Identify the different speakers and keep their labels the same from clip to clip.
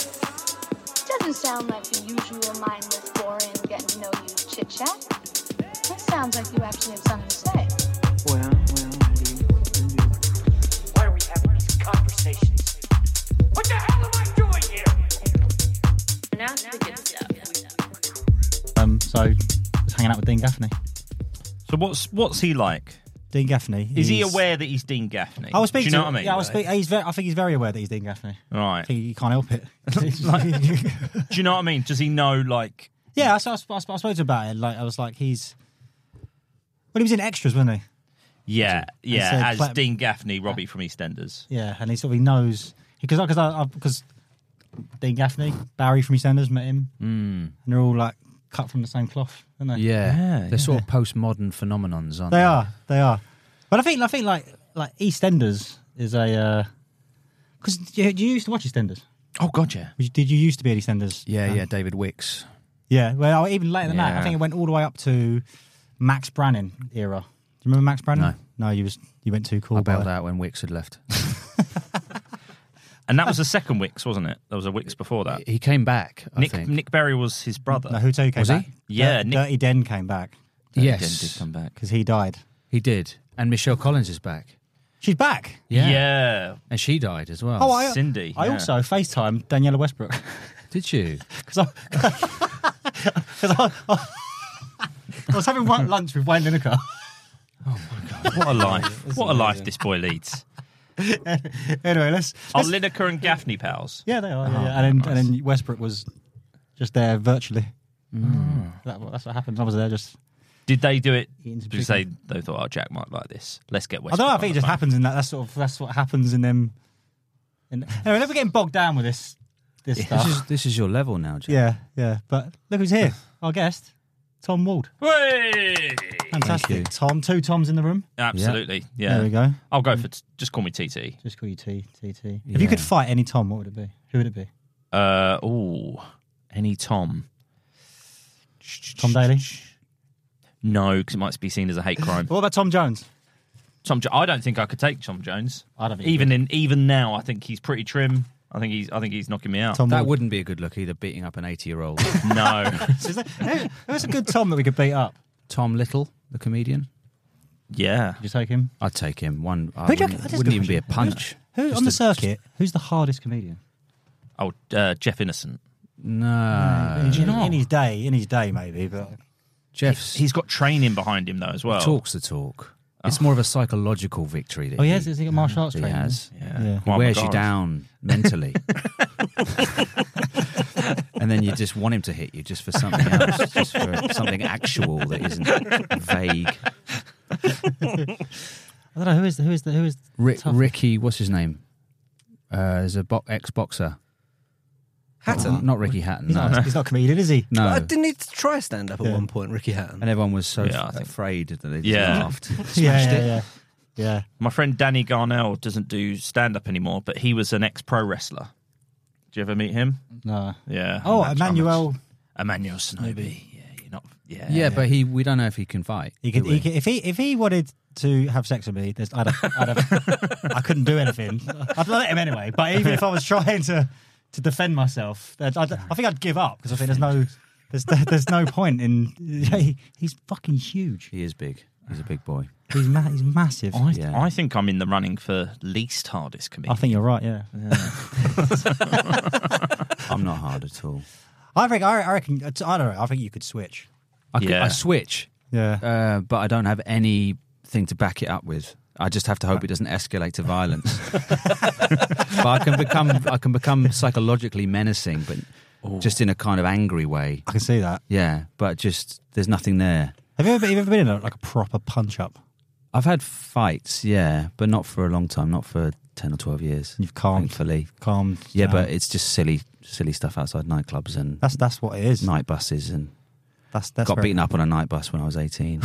Speaker 1: Doesn't sound like the usual mindless, boring, getting to know you chit chat. That sounds like you actually have something to say.
Speaker 2: Well, well, I do. I do.
Speaker 3: Why are we having this conversation? What the hell am I doing here?
Speaker 4: Now the good stuff.
Speaker 5: Um, so just hanging out with Dean Gaffney.
Speaker 6: So what's what's he like?
Speaker 5: Dean Gaffney.
Speaker 6: Is he
Speaker 5: is-
Speaker 6: aware that he's Dean Gaffney?
Speaker 5: I was speaking.
Speaker 6: Do
Speaker 5: to,
Speaker 6: you know what I mean?
Speaker 5: Yeah, I was speak, He's. Very, I think he's very aware that he's Dean Gaffney. I
Speaker 6: Right.
Speaker 5: think he can't help it.
Speaker 6: Do you know what I mean? Does he know like?
Speaker 5: yeah, I, s- I, s- I s- I spoke to him about it. Like I was like, he's. Well, he was in extras, wasn't he?
Speaker 6: Yeah,
Speaker 5: so
Speaker 6: yeah. As
Speaker 5: plat-
Speaker 6: Dean Gaffney, Robbie from EastEnders.
Speaker 5: Yeah, and he sort of he knows because because I because Dean Gaffney, Barry from EastEnders met him, mm. and they're all like cut from the same cloth, aren't they?
Speaker 7: Yeah,
Speaker 6: Hmm. Yeah,
Speaker 7: they're sort of postmodern phenomenons, aren't they?
Speaker 5: They are. They are. But I think I think like like EastEnders is a because you, you used to watch EastEnders.
Speaker 7: Oh god, yeah,
Speaker 5: Did you- Did you used to be at EastEnders?
Speaker 7: yeah,
Speaker 5: Uh,
Speaker 7: yeah. David Wicks.
Speaker 5: yeah. Well, even later than that, I
Speaker 7: Yeah.
Speaker 5: think it went all the way up to Max Brannan era. Do you remember Max Brannan? No, you was you went too cool.
Speaker 7: I
Speaker 5: by
Speaker 7: bailed
Speaker 5: that.
Speaker 7: out when Wicks had left.
Speaker 6: And that was the second Wicks, wasn't it? There was a Wicks before that.
Speaker 7: he came back. I
Speaker 6: Nick
Speaker 7: think.
Speaker 6: Nick Berry was his brother.
Speaker 5: No, who came
Speaker 7: Was he?
Speaker 5: back?
Speaker 6: Yeah,
Speaker 5: Dirty,
Speaker 6: Nick-
Speaker 5: Dirty Den came back
Speaker 6: Again, did
Speaker 7: yes,
Speaker 6: come back.
Speaker 5: because he died.
Speaker 7: he did. And Michelle Collins is back.
Speaker 5: She's back.
Speaker 6: Yeah.
Speaker 7: and she died as well.
Speaker 5: Oh, I,
Speaker 6: Cindy,
Speaker 5: I
Speaker 6: yeah.
Speaker 5: also FaceTimed Daniela Westbrook
Speaker 7: did you?
Speaker 5: because I, 'cause I, I, I was having one lunch with Wayne Lineker.
Speaker 6: What a life! what a life this boy leads.
Speaker 5: anyway, let's.
Speaker 6: Are Lineker and Gaffney pals?
Speaker 5: Yeah, they are. Yeah, yeah. And, then, and then Westbrook was just there virtually. That, that's what happened. I was there just.
Speaker 6: Did they do it
Speaker 5: Ian's
Speaker 6: because they they thought, oh, Jack might like this. Let's get West.
Speaker 5: I don't know. I think it just happens in that. That's sort of that's what happens in them. In, anyway, never getting bogged down with this this
Speaker 7: This
Speaker 5: stuff.
Speaker 7: is this is your level now, Jack.
Speaker 5: yeah, yeah. But look who's here. Our guest, Tom Wald.
Speaker 6: Hey!
Speaker 5: Fantastic.
Speaker 7: you.
Speaker 5: Tom, two Toms in the room.
Speaker 6: Absolutely. Yeah.
Speaker 5: There we go. Mm.
Speaker 6: I'll go for t- just call me TT.
Speaker 5: Just call you T T T. If you could fight any Tom, what would it be? Who would it be?
Speaker 6: Uh, oh, any Tom?
Speaker 5: Tom Daly.
Speaker 6: No, because it might be seen as a hate crime.
Speaker 5: What about Tom Jones?
Speaker 6: Tom, Jo- I don't think I could take Tom Jones.
Speaker 5: I don't think you
Speaker 6: even in even now, I think he's pretty trim. I think he's I think he's knocking me out.
Speaker 5: Tom
Speaker 7: That
Speaker 5: Wald.
Speaker 7: wouldn't be a good look either, beating up an 80 year old.
Speaker 6: No,
Speaker 5: Is that, who- who's a good Tom that we could beat up?
Speaker 7: Tom Little, the comedian.
Speaker 6: yeah,
Speaker 5: Could you take him?
Speaker 7: I'd take him. One I
Speaker 5: Who do you-
Speaker 7: wouldn't,
Speaker 5: that is a
Speaker 7: wouldn't
Speaker 5: good
Speaker 7: even be a
Speaker 5: question.
Speaker 7: punch.
Speaker 5: Who
Speaker 7: Just
Speaker 5: on the
Speaker 7: a-
Speaker 5: circuit? Who's the hardest comedian?
Speaker 6: oh uh, Jeff Innocent.
Speaker 7: No.
Speaker 5: in, in his day, in his day, maybe. But
Speaker 7: Jeff's
Speaker 6: He's got training behind him though as well. Oh.
Speaker 7: talks the talk. It's more of a psychological victory. That
Speaker 5: oh, he has. Has he got martial arts
Speaker 7: He
Speaker 5: training?
Speaker 7: has.
Speaker 6: Yeah,
Speaker 5: Yeah.
Speaker 6: Oh, my
Speaker 7: wears you
Speaker 6: God.
Speaker 7: down mentally. and then you just want him to hit you just for something else, just for something actual that isn't vague.
Speaker 5: I don't know who is the who is the who is.
Speaker 7: Ri
Speaker 5: Tough.
Speaker 7: Ricky, what's his name? Uh, is a bo- ex boxer. Hatton? not Ricky Hatton.
Speaker 5: He's,
Speaker 7: No.
Speaker 5: not, he's not a comedian, is he?
Speaker 7: no.
Speaker 8: I didn't he try stand up at
Speaker 5: Yeah.
Speaker 8: one point, Ricky Hatton?
Speaker 7: and everyone was so
Speaker 6: Yeah, I
Speaker 7: f-
Speaker 6: think-
Speaker 7: afraid that they just
Speaker 6: Yeah.
Speaker 7: laughed.
Speaker 5: yeah,
Speaker 7: Smashed
Speaker 5: yeah,
Speaker 7: it.
Speaker 5: yeah, yeah.
Speaker 6: My friend Danny Garnell doesn't do stand up anymore, but he was an ex pro wrestler. Do you ever meet him?
Speaker 5: No.
Speaker 6: Yeah.
Speaker 5: Oh,
Speaker 6: I'm not- I'm not-
Speaker 5: Emmanuel.
Speaker 6: Emmanuel Snowy. Yeah, you're not. Yeah.
Speaker 7: Yeah, but he we don't know if he can fight.
Speaker 5: He could,
Speaker 7: do we?
Speaker 5: he could, if he if he wanted to have sex with me, there's, I'd have, I'd have, I couldn't do anything. I'd let him anyway. But even if I was trying to to defend myself, I'd, I'd, I think I'd give up because I think there's no there's there's no point in. He, he's fucking huge.
Speaker 7: He is big. He's a big boy.
Speaker 5: He's ma- he's massive.
Speaker 6: I, I think I'm in the running for least hardest comedian.
Speaker 5: I think you're right. Yeah.
Speaker 7: I'm not hard at all.
Speaker 5: I think I, I reckon I don't know. I think you could switch.
Speaker 7: I, could-
Speaker 5: Yeah.
Speaker 7: I switch.
Speaker 5: Yeah.
Speaker 7: Uh, but I don't have anything to back it up with. I just have to hope it doesn't escalate to violence. but I can become I can become psychologically menacing, but just in a kind of angry way.
Speaker 5: I can see that.
Speaker 7: Yeah, but just there's nothing there.
Speaker 5: Have you ever been, you ever been in a, like a proper punch up?
Speaker 7: I've had fights, yeah, but not for a long time, not for ten or twelve years.
Speaker 5: You've calmed,
Speaker 7: thankfully,
Speaker 5: calmed.
Speaker 7: Yeah,
Speaker 5: down.
Speaker 7: but it's just silly, silly stuff outside nightclubs and
Speaker 5: That's that's what it is.
Speaker 7: night buses and
Speaker 5: That's that's
Speaker 7: got
Speaker 5: very-
Speaker 7: beaten up on a night bus when I was 18.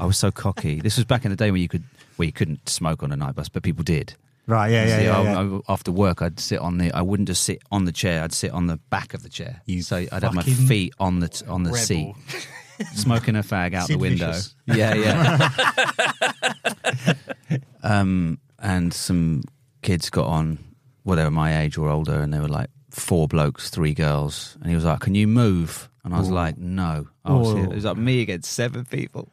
Speaker 7: I was so cocky. This was back in the day where you could where you couldn't smoke on a night bus, but people did.
Speaker 5: Right, yeah, yeah,
Speaker 7: See,
Speaker 5: yeah,
Speaker 7: I-
Speaker 5: yeah.
Speaker 7: I- after work, I'd sit on the. I wouldn't just sit on the chair. I'd sit on the back of the chair. so I'd have my
Speaker 5: fucking
Speaker 7: feet on the t- on the
Speaker 5: rebel.
Speaker 7: seat, smoking a fag out
Speaker 5: Sid
Speaker 7: the window.
Speaker 5: Vicious.
Speaker 7: Yeah, yeah. um, and some kids got on. Well, they were my age or older, and they were like four blokes, three girls. And he was like, "Can you move?" And I was
Speaker 5: Ooh.
Speaker 7: like, "No." I was
Speaker 5: Ooh.
Speaker 7: here. It was like me against seven people.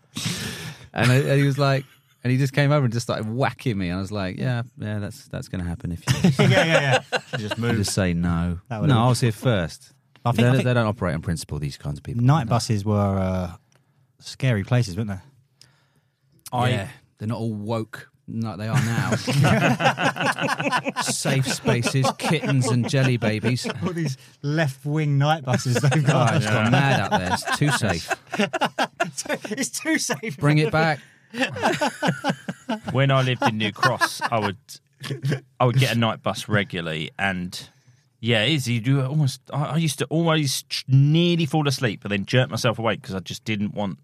Speaker 7: And, I, and he was like, and he just came over and just started whacking me. And I was like, yeah, yeah, that's that's going to happen if you
Speaker 5: yeah, yeah, yeah. You just
Speaker 7: you
Speaker 5: move.
Speaker 7: just say no.
Speaker 5: That
Speaker 7: No,
Speaker 5: would've-
Speaker 7: I was here first.
Speaker 5: I think-
Speaker 7: they,
Speaker 5: I
Speaker 7: don't-
Speaker 5: think-
Speaker 7: they don't operate on principle. These kinds of people.
Speaker 5: Night buses were uh, scary places, weren't they?
Speaker 7: I, they're not all woke like they are now. Safe spaces, kittens and jelly babies.
Speaker 5: All these left wing night buses they've
Speaker 7: Oh,
Speaker 5: got.
Speaker 7: it's gone mad out there. It's too safe.
Speaker 5: it's too safe.
Speaker 7: Bring it back.
Speaker 6: when I lived in New Cross, I would I would get a night bus regularly, and yeah, it is you do almost. I, I used to always tr- nearly fall asleep, but then jerk myself awake because I just didn't want.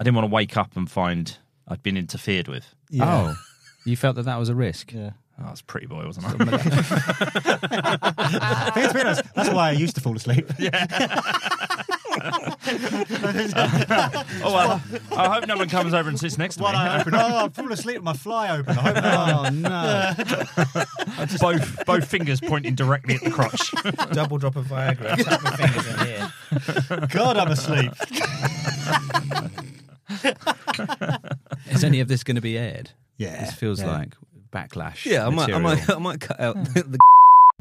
Speaker 6: I didn't want to wake up and find I'd been interfered with.
Speaker 7: Oh, you felt that that was a risk.
Speaker 5: Yeah.
Speaker 6: Oh, I was a pretty boy, wasn't I?
Speaker 5: I think it's realised that's why I used to fall asleep.
Speaker 6: oh, well, I hope no one comes over and sits next to me.
Speaker 5: One eye open. Oh, I fall asleep with my fly open. I hope
Speaker 7: Oh no!
Speaker 6: both both fingers pointing directly at the crotch.
Speaker 8: Double drop of Viagra. Tap my fingers in here.
Speaker 5: God, I'm asleep.
Speaker 7: Is any of this going to be aired?
Speaker 5: Yeah.
Speaker 7: This feels
Speaker 5: yeah.
Speaker 7: like backlash.
Speaker 8: Yeah, I might, I might,
Speaker 7: material.
Speaker 8: I might cut out the. the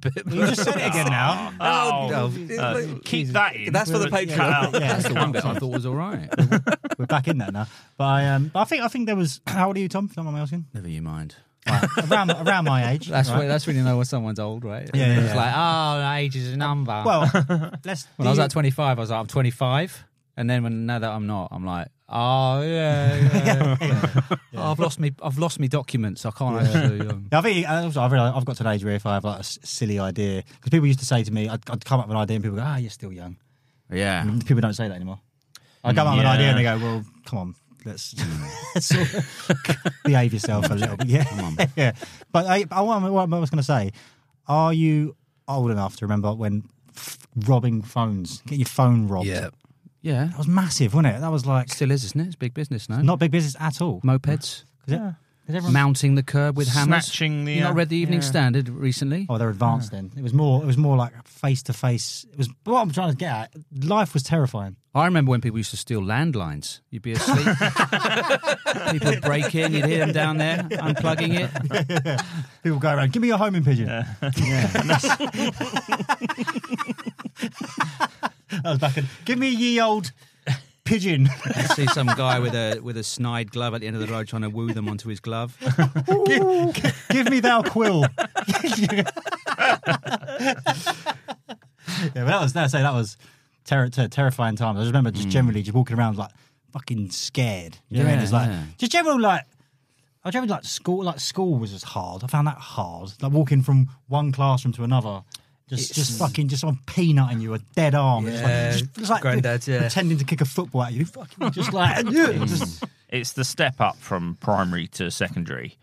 Speaker 8: bit.
Speaker 5: You just said it again now.
Speaker 6: Oh,
Speaker 8: no.
Speaker 6: uh,
Speaker 8: Like-
Speaker 6: keep that in.
Speaker 8: That's for the
Speaker 6: But
Speaker 8: Patreon.
Speaker 6: cut out.
Speaker 5: Yeah.
Speaker 7: That's the one bit I thought was all right.
Speaker 5: We're back in that now. But I, um, but I think I think there was. How old are you, Tom? If you Don't mind me asking.
Speaker 7: Never you mind.
Speaker 5: Right, around around my age.
Speaker 7: That's
Speaker 5: right?
Speaker 7: when, that's when you know when someone's old, right?
Speaker 5: Yeah, yeah,
Speaker 7: It's
Speaker 5: yeah.
Speaker 7: like, oh, age is a number.
Speaker 5: Well, let's.
Speaker 7: when I was like 25, I was like, I'm 25. And then when now that I'm not, I'm like, oh yeah, yeah, Oh, I've lost me, I've lost me documents. I can't actually. Um,
Speaker 5: Yeah, I think uh, also I've, realized, I've got to an age where if I have like a s- silly idea, because people used to say to me, I'd, I'd come up with an idea and people go, ah, you're still young.
Speaker 7: yeah.
Speaker 5: And people don't say that anymore. I come up with an
Speaker 6: Yeah.
Speaker 5: idea and they go, well, come on, let's, let's sort of behave yourself a little bit. Yeah. yeah. But I, I, what I what I was going to say, are you old enough to remember when f- robbing phones, getting your phone robbed?
Speaker 8: Yeah.
Speaker 7: Yeah.
Speaker 5: That was massive, wasn't it? That was like
Speaker 7: Still is, isn't it? It's big business now.
Speaker 5: not big business at all.
Speaker 7: Mopeds.
Speaker 5: 'Cause it- 'cause everyone-
Speaker 7: Mounting the curb with hammers.
Speaker 6: Snatching the,
Speaker 7: You not
Speaker 6: uh,
Speaker 7: read the Evening
Speaker 6: yeah.
Speaker 7: Standard recently?
Speaker 5: Oh, they're advanced then. It was more. It was more like face to face. It was what I'm trying to get at. Life was terrifying.
Speaker 7: I remember when people used to steal landlines. You'd be asleep. people would break in. You'd hear them down there unplugging it.
Speaker 5: People go around. Give me your homing pigeon. that was back in. Give me ye old pigeon.
Speaker 7: You'd see some guy with a with a snide glove at the end of the road trying to woo them onto his glove.
Speaker 5: give, give me thou quill. yeah, but that was. That say that was terri ter- terrifying times. I just remember just generally just walking around like fucking scared. You know what I mean?
Speaker 7: Yeah,
Speaker 5: It's like
Speaker 7: yeah.
Speaker 5: just general like. I remember like school, like school was just hard. I found that hard. Like walking from one classroom to another, just just fucking just someone peanutting you a dead arm. It's
Speaker 8: Yeah,
Speaker 5: like, just, it's like
Speaker 8: granddad, yeah.
Speaker 5: pretending to kick a football at you. Fucking just like just,
Speaker 6: it's the step up from primary to secondary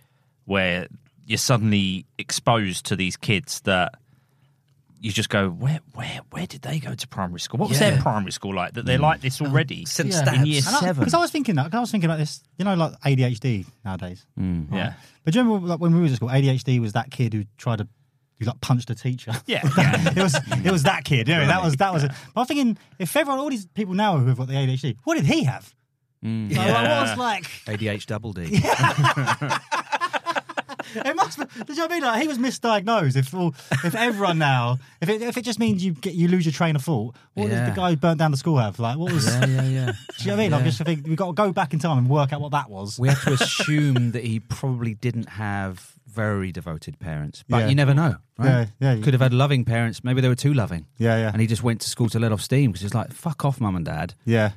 Speaker 6: where you're suddenly exposed to these kids that you just go, where, where, where did they go to primary school? What was
Speaker 5: Yeah.
Speaker 6: their primary school like? That they're like
Speaker 9: Oh,
Speaker 6: this already in year seven.
Speaker 5: Because I was thinking that. Because I was thinking about this. You know, like ADHD nowadays.
Speaker 6: Mm. Yeah.
Speaker 5: But do you remember like, when we were at school? ADHD was that kid who tried to. who like punched a teacher.
Speaker 6: Yeah,
Speaker 5: it was it was that kid. Yeah, that was that was. It. But I'm thinking, if everyone, all these people now who have got the ADHD, what did he have?
Speaker 7: Mm.
Speaker 5: Like, like, what was like?
Speaker 7: ADH double D.
Speaker 5: It must. Be, did you know what I mean? Like he was misdiagnosed. If all, if everyone now, if it, if it just means you get you lose your train of thought, what
Speaker 7: Yeah.
Speaker 5: did the guy who burnt down the school have? Like what was?
Speaker 7: Yeah, yeah, yeah.
Speaker 5: Do you know what I mean? Like,
Speaker 7: Yeah.
Speaker 5: just I think we've got to go back in time and work out what that was.
Speaker 7: We have to assume that he probably didn't have very devoted parents, but
Speaker 5: Yeah.
Speaker 7: you never know. Right?
Speaker 5: Yeah, yeah.
Speaker 7: Could have had loving parents. Maybe they were too loving.
Speaker 5: Yeah, yeah.
Speaker 7: And he just went to school to let off steam because he's like, "Fuck off, mum and dad."
Speaker 5: Yeah.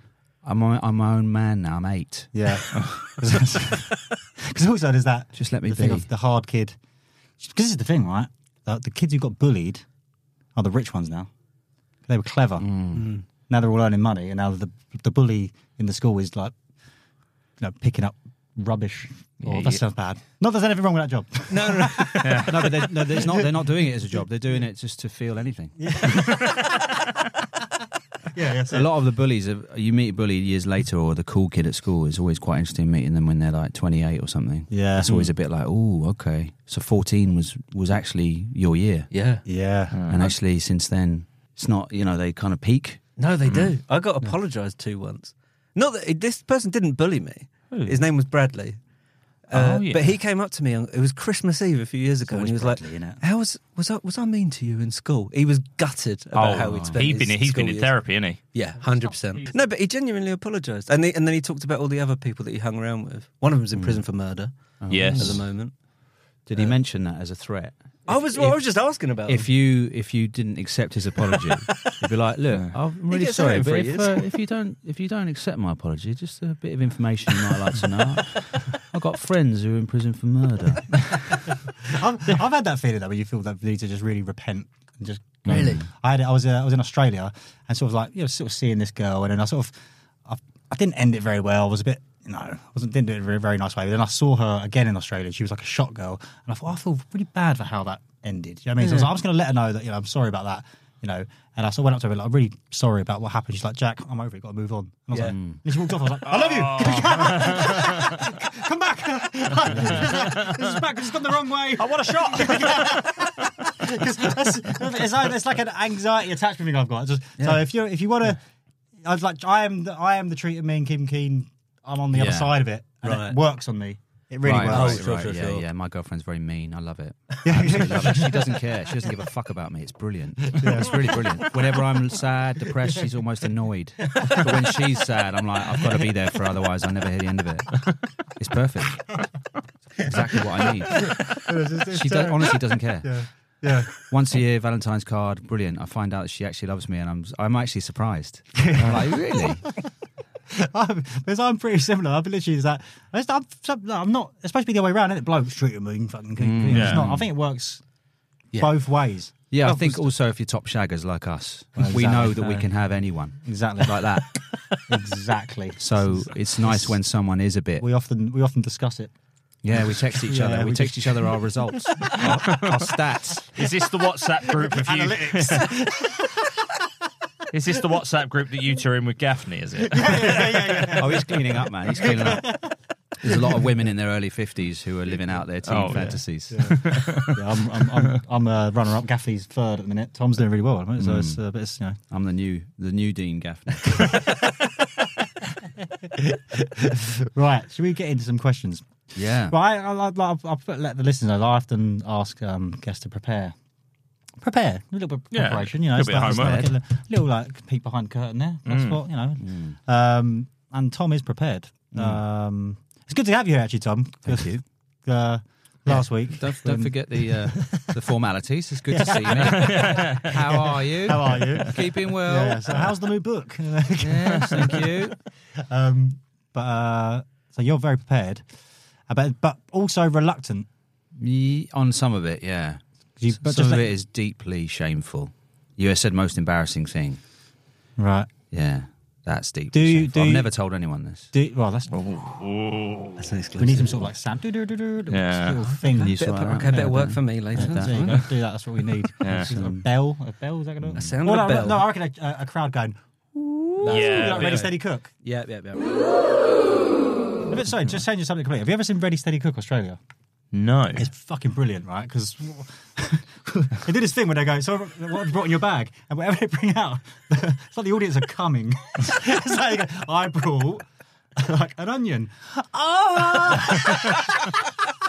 Speaker 7: I'm my, I'm my own man now. I'm eight.
Speaker 5: Yeah. Because also there's that.
Speaker 7: Just let me
Speaker 5: the thing
Speaker 7: be.
Speaker 5: of the hard kid. Because this is the thing, right? The, the kids who got bullied are the rich ones now. They were clever.
Speaker 7: Mm.
Speaker 5: Mm. Now they're all earning money, and now the the bully in the school is like, you know, picking up rubbish. Or
Speaker 7: Yeah,
Speaker 5: that
Speaker 7: yeah.
Speaker 5: sounds bad. Not that there's anything wrong with that job.
Speaker 7: No, no, no. no, but they're, no, it's not. They're not doing it as a job. They're doing it just to feel anything.
Speaker 5: yeah, yeah.
Speaker 7: A lot of the bullies, are, you meet a bully years later, or the cool kid at school. It's always quite interesting meeting them when they're like 28 or something.
Speaker 5: Yeah.
Speaker 7: it's always a bit like, oh, okay. So 14 was was actually your year.
Speaker 9: Yeah.
Speaker 5: Yeah.
Speaker 7: And actually, since then, it's not. You know, they kind of peak.
Speaker 9: No, they do. I got apologised to once. Not that this person didn't bully me.
Speaker 7: Who?
Speaker 9: His name was Bradley. Uh,
Speaker 7: Oh, yeah.
Speaker 9: But he came up to me. On, it was Christmas Eve a few years ago, and he was like, "How was was I was I mean to you in school?" He was gutted about
Speaker 6: Oh,
Speaker 9: how he'd spent.
Speaker 6: he'd been
Speaker 9: his
Speaker 6: he's been
Speaker 9: school
Speaker 6: in
Speaker 9: years.
Speaker 6: therapy, isn't he?
Speaker 9: Yeah, hundred percent. No, but he genuinely apologised, and he, and then he talked about all the other people that he hung around with. One of them's in
Speaker 6: Hmm.
Speaker 9: prison for murder.
Speaker 7: Yes.
Speaker 9: at the moment.
Speaker 7: Did he mention that as a threat?
Speaker 9: I was well, I was just asking about
Speaker 7: If
Speaker 9: him.
Speaker 7: you if you didn't accept his apology, you'd be like, look, I'm really
Speaker 9: gets
Speaker 7: sorry,
Speaker 9: out in
Speaker 7: but
Speaker 9: three
Speaker 7: if,
Speaker 9: years.
Speaker 7: uh, if you don't if you don't accept my apology, just a bit of information you might like to know. I've got friends who are in prison for murder.
Speaker 5: I've, I've had that feeling that where you feel that you need to just really repent and just
Speaker 10: Mm.
Speaker 7: Really?
Speaker 5: I had it. I was uh, I was in Australia and sort of like you know sort of seeing this girl and then I sort of I, I didn't end it very well. I was a bit you know I wasn't didn't do it in a very, very nice way. But then I saw her again in Australia. She was like a shot girl and I thought I feel really bad for how that ended. Do you know what I mean? So
Speaker 10: Yeah.
Speaker 5: I was like, I'm just going to let her know that you know I'm sorry about that. You know, and I sort of went up to her like, I'm really sorry about what happened. She's like, Jack, I'm over it. Got to move on. And I was
Speaker 10: Yeah. Mm.
Speaker 5: like, and she walked off. I was like, I love you. Come back. this is back. It's gone the wrong way. I want a shot. Because it's, like, it's like an anxiety attachment thing I've got. It's just- So
Speaker 10: Yeah.
Speaker 5: if you if you want to, I was like, I am the, I am the treat of me and Kim Keen. I'm on the other
Speaker 7: Yeah.
Speaker 5: side of it. And
Speaker 7: Right.
Speaker 5: It works on me. It really
Speaker 7: Right, Oh,
Speaker 5: works.
Speaker 7: right, right, yeah, yeah. My girlfriend's very mean. I love it.
Speaker 5: Yeah.
Speaker 7: Absolutely love it. She doesn't care. She doesn't give a fuck about me. It's brilliant. It's really brilliant. Whenever I'm sad, depressed, she's almost annoyed. But when she's sad, I'm like, I've got to be there for otherwise I'll never hear the end of it. It's perfect. Exactly what I need.
Speaker 5: It's- it's- it's
Speaker 7: she do-
Speaker 5: terrible.
Speaker 7: honestly doesn't care.
Speaker 5: Yeah. Yeah.
Speaker 7: Once a year, Valentine's card, brilliant. I find out that she actually loves me, and I'm I'm actually surprised. I'm like, really?
Speaker 5: I'm, because I'm pretty similar. I'm literally is that. I just- I'm, some- no, I'm not. It's supposed to be the other way around, isn't it? Blokes treating me and fucking.
Speaker 7: Mm.
Speaker 5: it's
Speaker 7: Yeah.
Speaker 5: not. I think it works
Speaker 7: Yeah.
Speaker 5: both ways.
Speaker 7: Yeah, I
Speaker 5: Well,
Speaker 7: think also if you're top shaggers like us,
Speaker 5: Well,
Speaker 7: we know
Speaker 5: exactly.
Speaker 7: that we can have anyone.
Speaker 5: Exactly.
Speaker 7: Like that.
Speaker 5: exactly.
Speaker 7: So it's nice when someone is a bit.
Speaker 5: We often we often discuss it.
Speaker 7: Yeah, we text each other.
Speaker 5: Yeah,
Speaker 7: we,
Speaker 5: we
Speaker 7: text each
Speaker 5: just-
Speaker 7: other our results, our, our stats.
Speaker 6: Is this the WhatsApp group of you? Is this the WhatsApp group that you two are in with Gaffney? Is it?
Speaker 7: Oh, he's cleaning up, man. He's cleaning up. There's a lot of women in their early 50s who are living out their teen
Speaker 5: Oh, yeah.
Speaker 7: fantasies.
Speaker 5: Yeah, I'm I'm I'm, I'm a runner up. Gaffy's third at the minute. Tom's doing really well. at the minute, So it's
Speaker 7: Mm.
Speaker 5: uh, but it's you know.
Speaker 7: I'm the new the new Dean Gaffney.
Speaker 5: right, should we get into some questions?
Speaker 7: Yeah.
Speaker 5: Right, I'll, I'll, I'll, I'll put- let the listeners know. I often ask um, guests to prepare. Prepare. A little bit of
Speaker 6: Yeah,
Speaker 5: preparation, you know. it's
Speaker 6: could be a
Speaker 5: like- it's
Speaker 6: homework.
Speaker 5: like a li- little, like peek behind the curtain there. That's
Speaker 6: Mm.
Speaker 5: what, you know. Um, and Tom is prepared. Um, it's good to have you here, actually, Tom.
Speaker 7: Thank you.
Speaker 5: Uh, last week.
Speaker 7: Don't, don't
Speaker 5: when-
Speaker 7: forget the uh, the formalities. It's good to see you.
Speaker 5: Yeah.
Speaker 7: mate. How are you?
Speaker 5: How are you?
Speaker 7: Keeping well.
Speaker 5: Yeah, so how's the new book?
Speaker 7: Yes, thank you.
Speaker 5: Um, but uh, so you're very prepared, uh, but but also reluctant.
Speaker 7: Ye- on some of it, yeah.
Speaker 5: You-
Speaker 7: S-
Speaker 5: but
Speaker 7: some
Speaker 5: just
Speaker 7: of
Speaker 5: let-
Speaker 7: it is deeply shameful. You said most embarrassing thing.
Speaker 5: Right.
Speaker 7: Yeah. That's deep.
Speaker 5: Do you-
Speaker 7: Shameful.
Speaker 5: do
Speaker 7: I've
Speaker 5: you-
Speaker 7: never told anyone this.
Speaker 5: Do, well, that's
Speaker 7: That's an
Speaker 5: we need some sort of like sound yeah. little thing.
Speaker 7: Can you sort that out?
Speaker 5: Yeah,
Speaker 7: Yeah,
Speaker 5: done.
Speaker 7: Yeah,
Speaker 5: Yeah,
Speaker 7: done.
Speaker 5: there you go. do that. That's what we need.
Speaker 7: Yeah.
Speaker 5: A bell. A bell. Is that going to?
Speaker 7: A sound
Speaker 5: Well,
Speaker 7: of a
Speaker 5: no,
Speaker 7: bell.
Speaker 5: No, I reckon a, a- a crowd going. Ooh,
Speaker 7: Yeah,
Speaker 5: like Ready
Speaker 7: yeah.
Speaker 5: Steady Cook.
Speaker 7: Yeah, yeah, yeah.
Speaker 5: But sorry, just changing something completely. Have you ever seen Ready Steady Cook Australia?
Speaker 6: No.
Speaker 5: It's fucking brilliant, right? Because they do this thing where they go, "So what have you brought in your bag?" And whatever they bring out, it's like the audience are coming. it's like they go, I brought like an onion. Oh.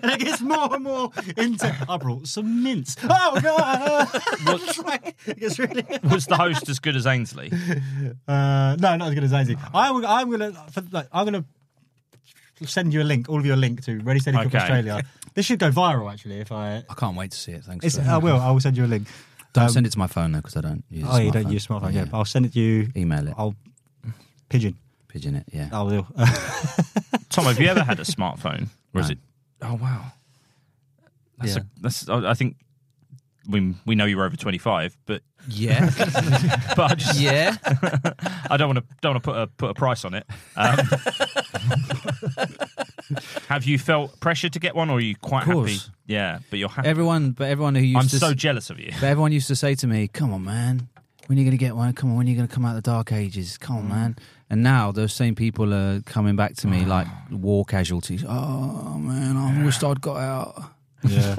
Speaker 5: And it gets more and more into. I brought some mince. Oh god! It's like- it's really.
Speaker 6: Was the host as good as Ainsley?
Speaker 5: Uh, no, not as good as Ainsley. I will, I'm gonna, for, like, I'm gonna send you a link, all of you a link to Ready Steady Cook
Speaker 7: Okay.
Speaker 5: Australia. This should go viral, actually. If I,
Speaker 7: I can't wait to see it. Thanks.
Speaker 5: It's- uh,
Speaker 7: for
Speaker 5: I will. I will send you a link.
Speaker 7: Don't
Speaker 5: Um,
Speaker 7: send it to my phone though, because I don't use.
Speaker 5: oh, you don't use smartphone. Yeah, but I'll send it to you.
Speaker 7: Email it.
Speaker 5: I'll pigeon.
Speaker 7: Pigeon it. Yeah.
Speaker 5: I will.
Speaker 6: Tom, have you ever had a smartphone? Or is
Speaker 7: No.
Speaker 6: it? Oh wow. That's
Speaker 7: Yeah.
Speaker 6: a, that's. I I think we we know you're over 25, but
Speaker 7: Yeah.
Speaker 6: but I just,
Speaker 7: yeah.
Speaker 6: I don't want to don't want to put a put a price on it. Um, have you felt pressure to get one, or are you quite happy?
Speaker 7: course.
Speaker 6: Yeah, but you're happy.
Speaker 7: Everyone, but everyone who used
Speaker 6: I'm
Speaker 7: to
Speaker 6: so
Speaker 7: s-
Speaker 6: jealous of you.
Speaker 7: But everyone used to say to me, "Come on, man, when are you going to get one? Come on, when are you going to come out of the dark ages? Come on, man." And now those same people are coming back to me like war casualties. Oh man, I wished I'd got out.
Speaker 5: yeah.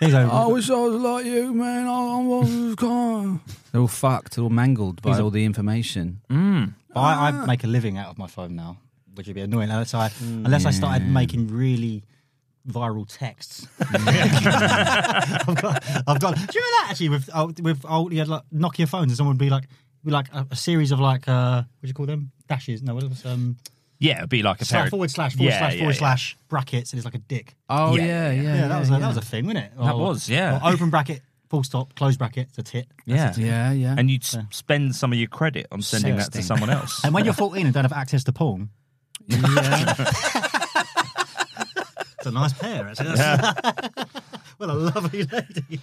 Speaker 5: Things
Speaker 7: I
Speaker 5: over.
Speaker 7: wish I was like you, man. I, I was gone. They're all fucked, all mangled by
Speaker 5: These are-
Speaker 7: all the information.
Speaker 6: Mm.
Speaker 5: I,
Speaker 7: ah.
Speaker 5: I make a living out of my phone now, which would be annoying unless I unless I started
Speaker 7: Mm. Yeah.
Speaker 5: making really viral texts. I've got. I've got. Do you remember that actually with old- with old you had like Nokia phones and someone would be like be like a, a series of like uh what do you call them dashes? No, what was um
Speaker 6: Yeah, it'd be like a pair
Speaker 5: slash,
Speaker 6: of-
Speaker 5: forward slash forward
Speaker 6: Yeah,
Speaker 5: slash
Speaker 6: yeah,
Speaker 5: forward
Speaker 6: yeah.
Speaker 5: slash brackets and it's like a dick.
Speaker 7: Oh yeah, yeah, yeah.
Speaker 5: Yeah, that was a, that was a
Speaker 7: yeah.
Speaker 5: thing, wasn't it?
Speaker 6: That was, yeah.
Speaker 5: or open bracket, full stop, close bracket, it's a tit.
Speaker 6: Yeah.
Speaker 5: That's a tit.
Speaker 7: yeah, yeah.
Speaker 6: And you'd s- spend some of your credit on sending that to
Speaker 7: Sexting.
Speaker 6: someone else.
Speaker 5: And when you're 14 and don't have access to porn,
Speaker 7: yeah.
Speaker 5: it's a nice pair, actually. That's- well, a lovely lady.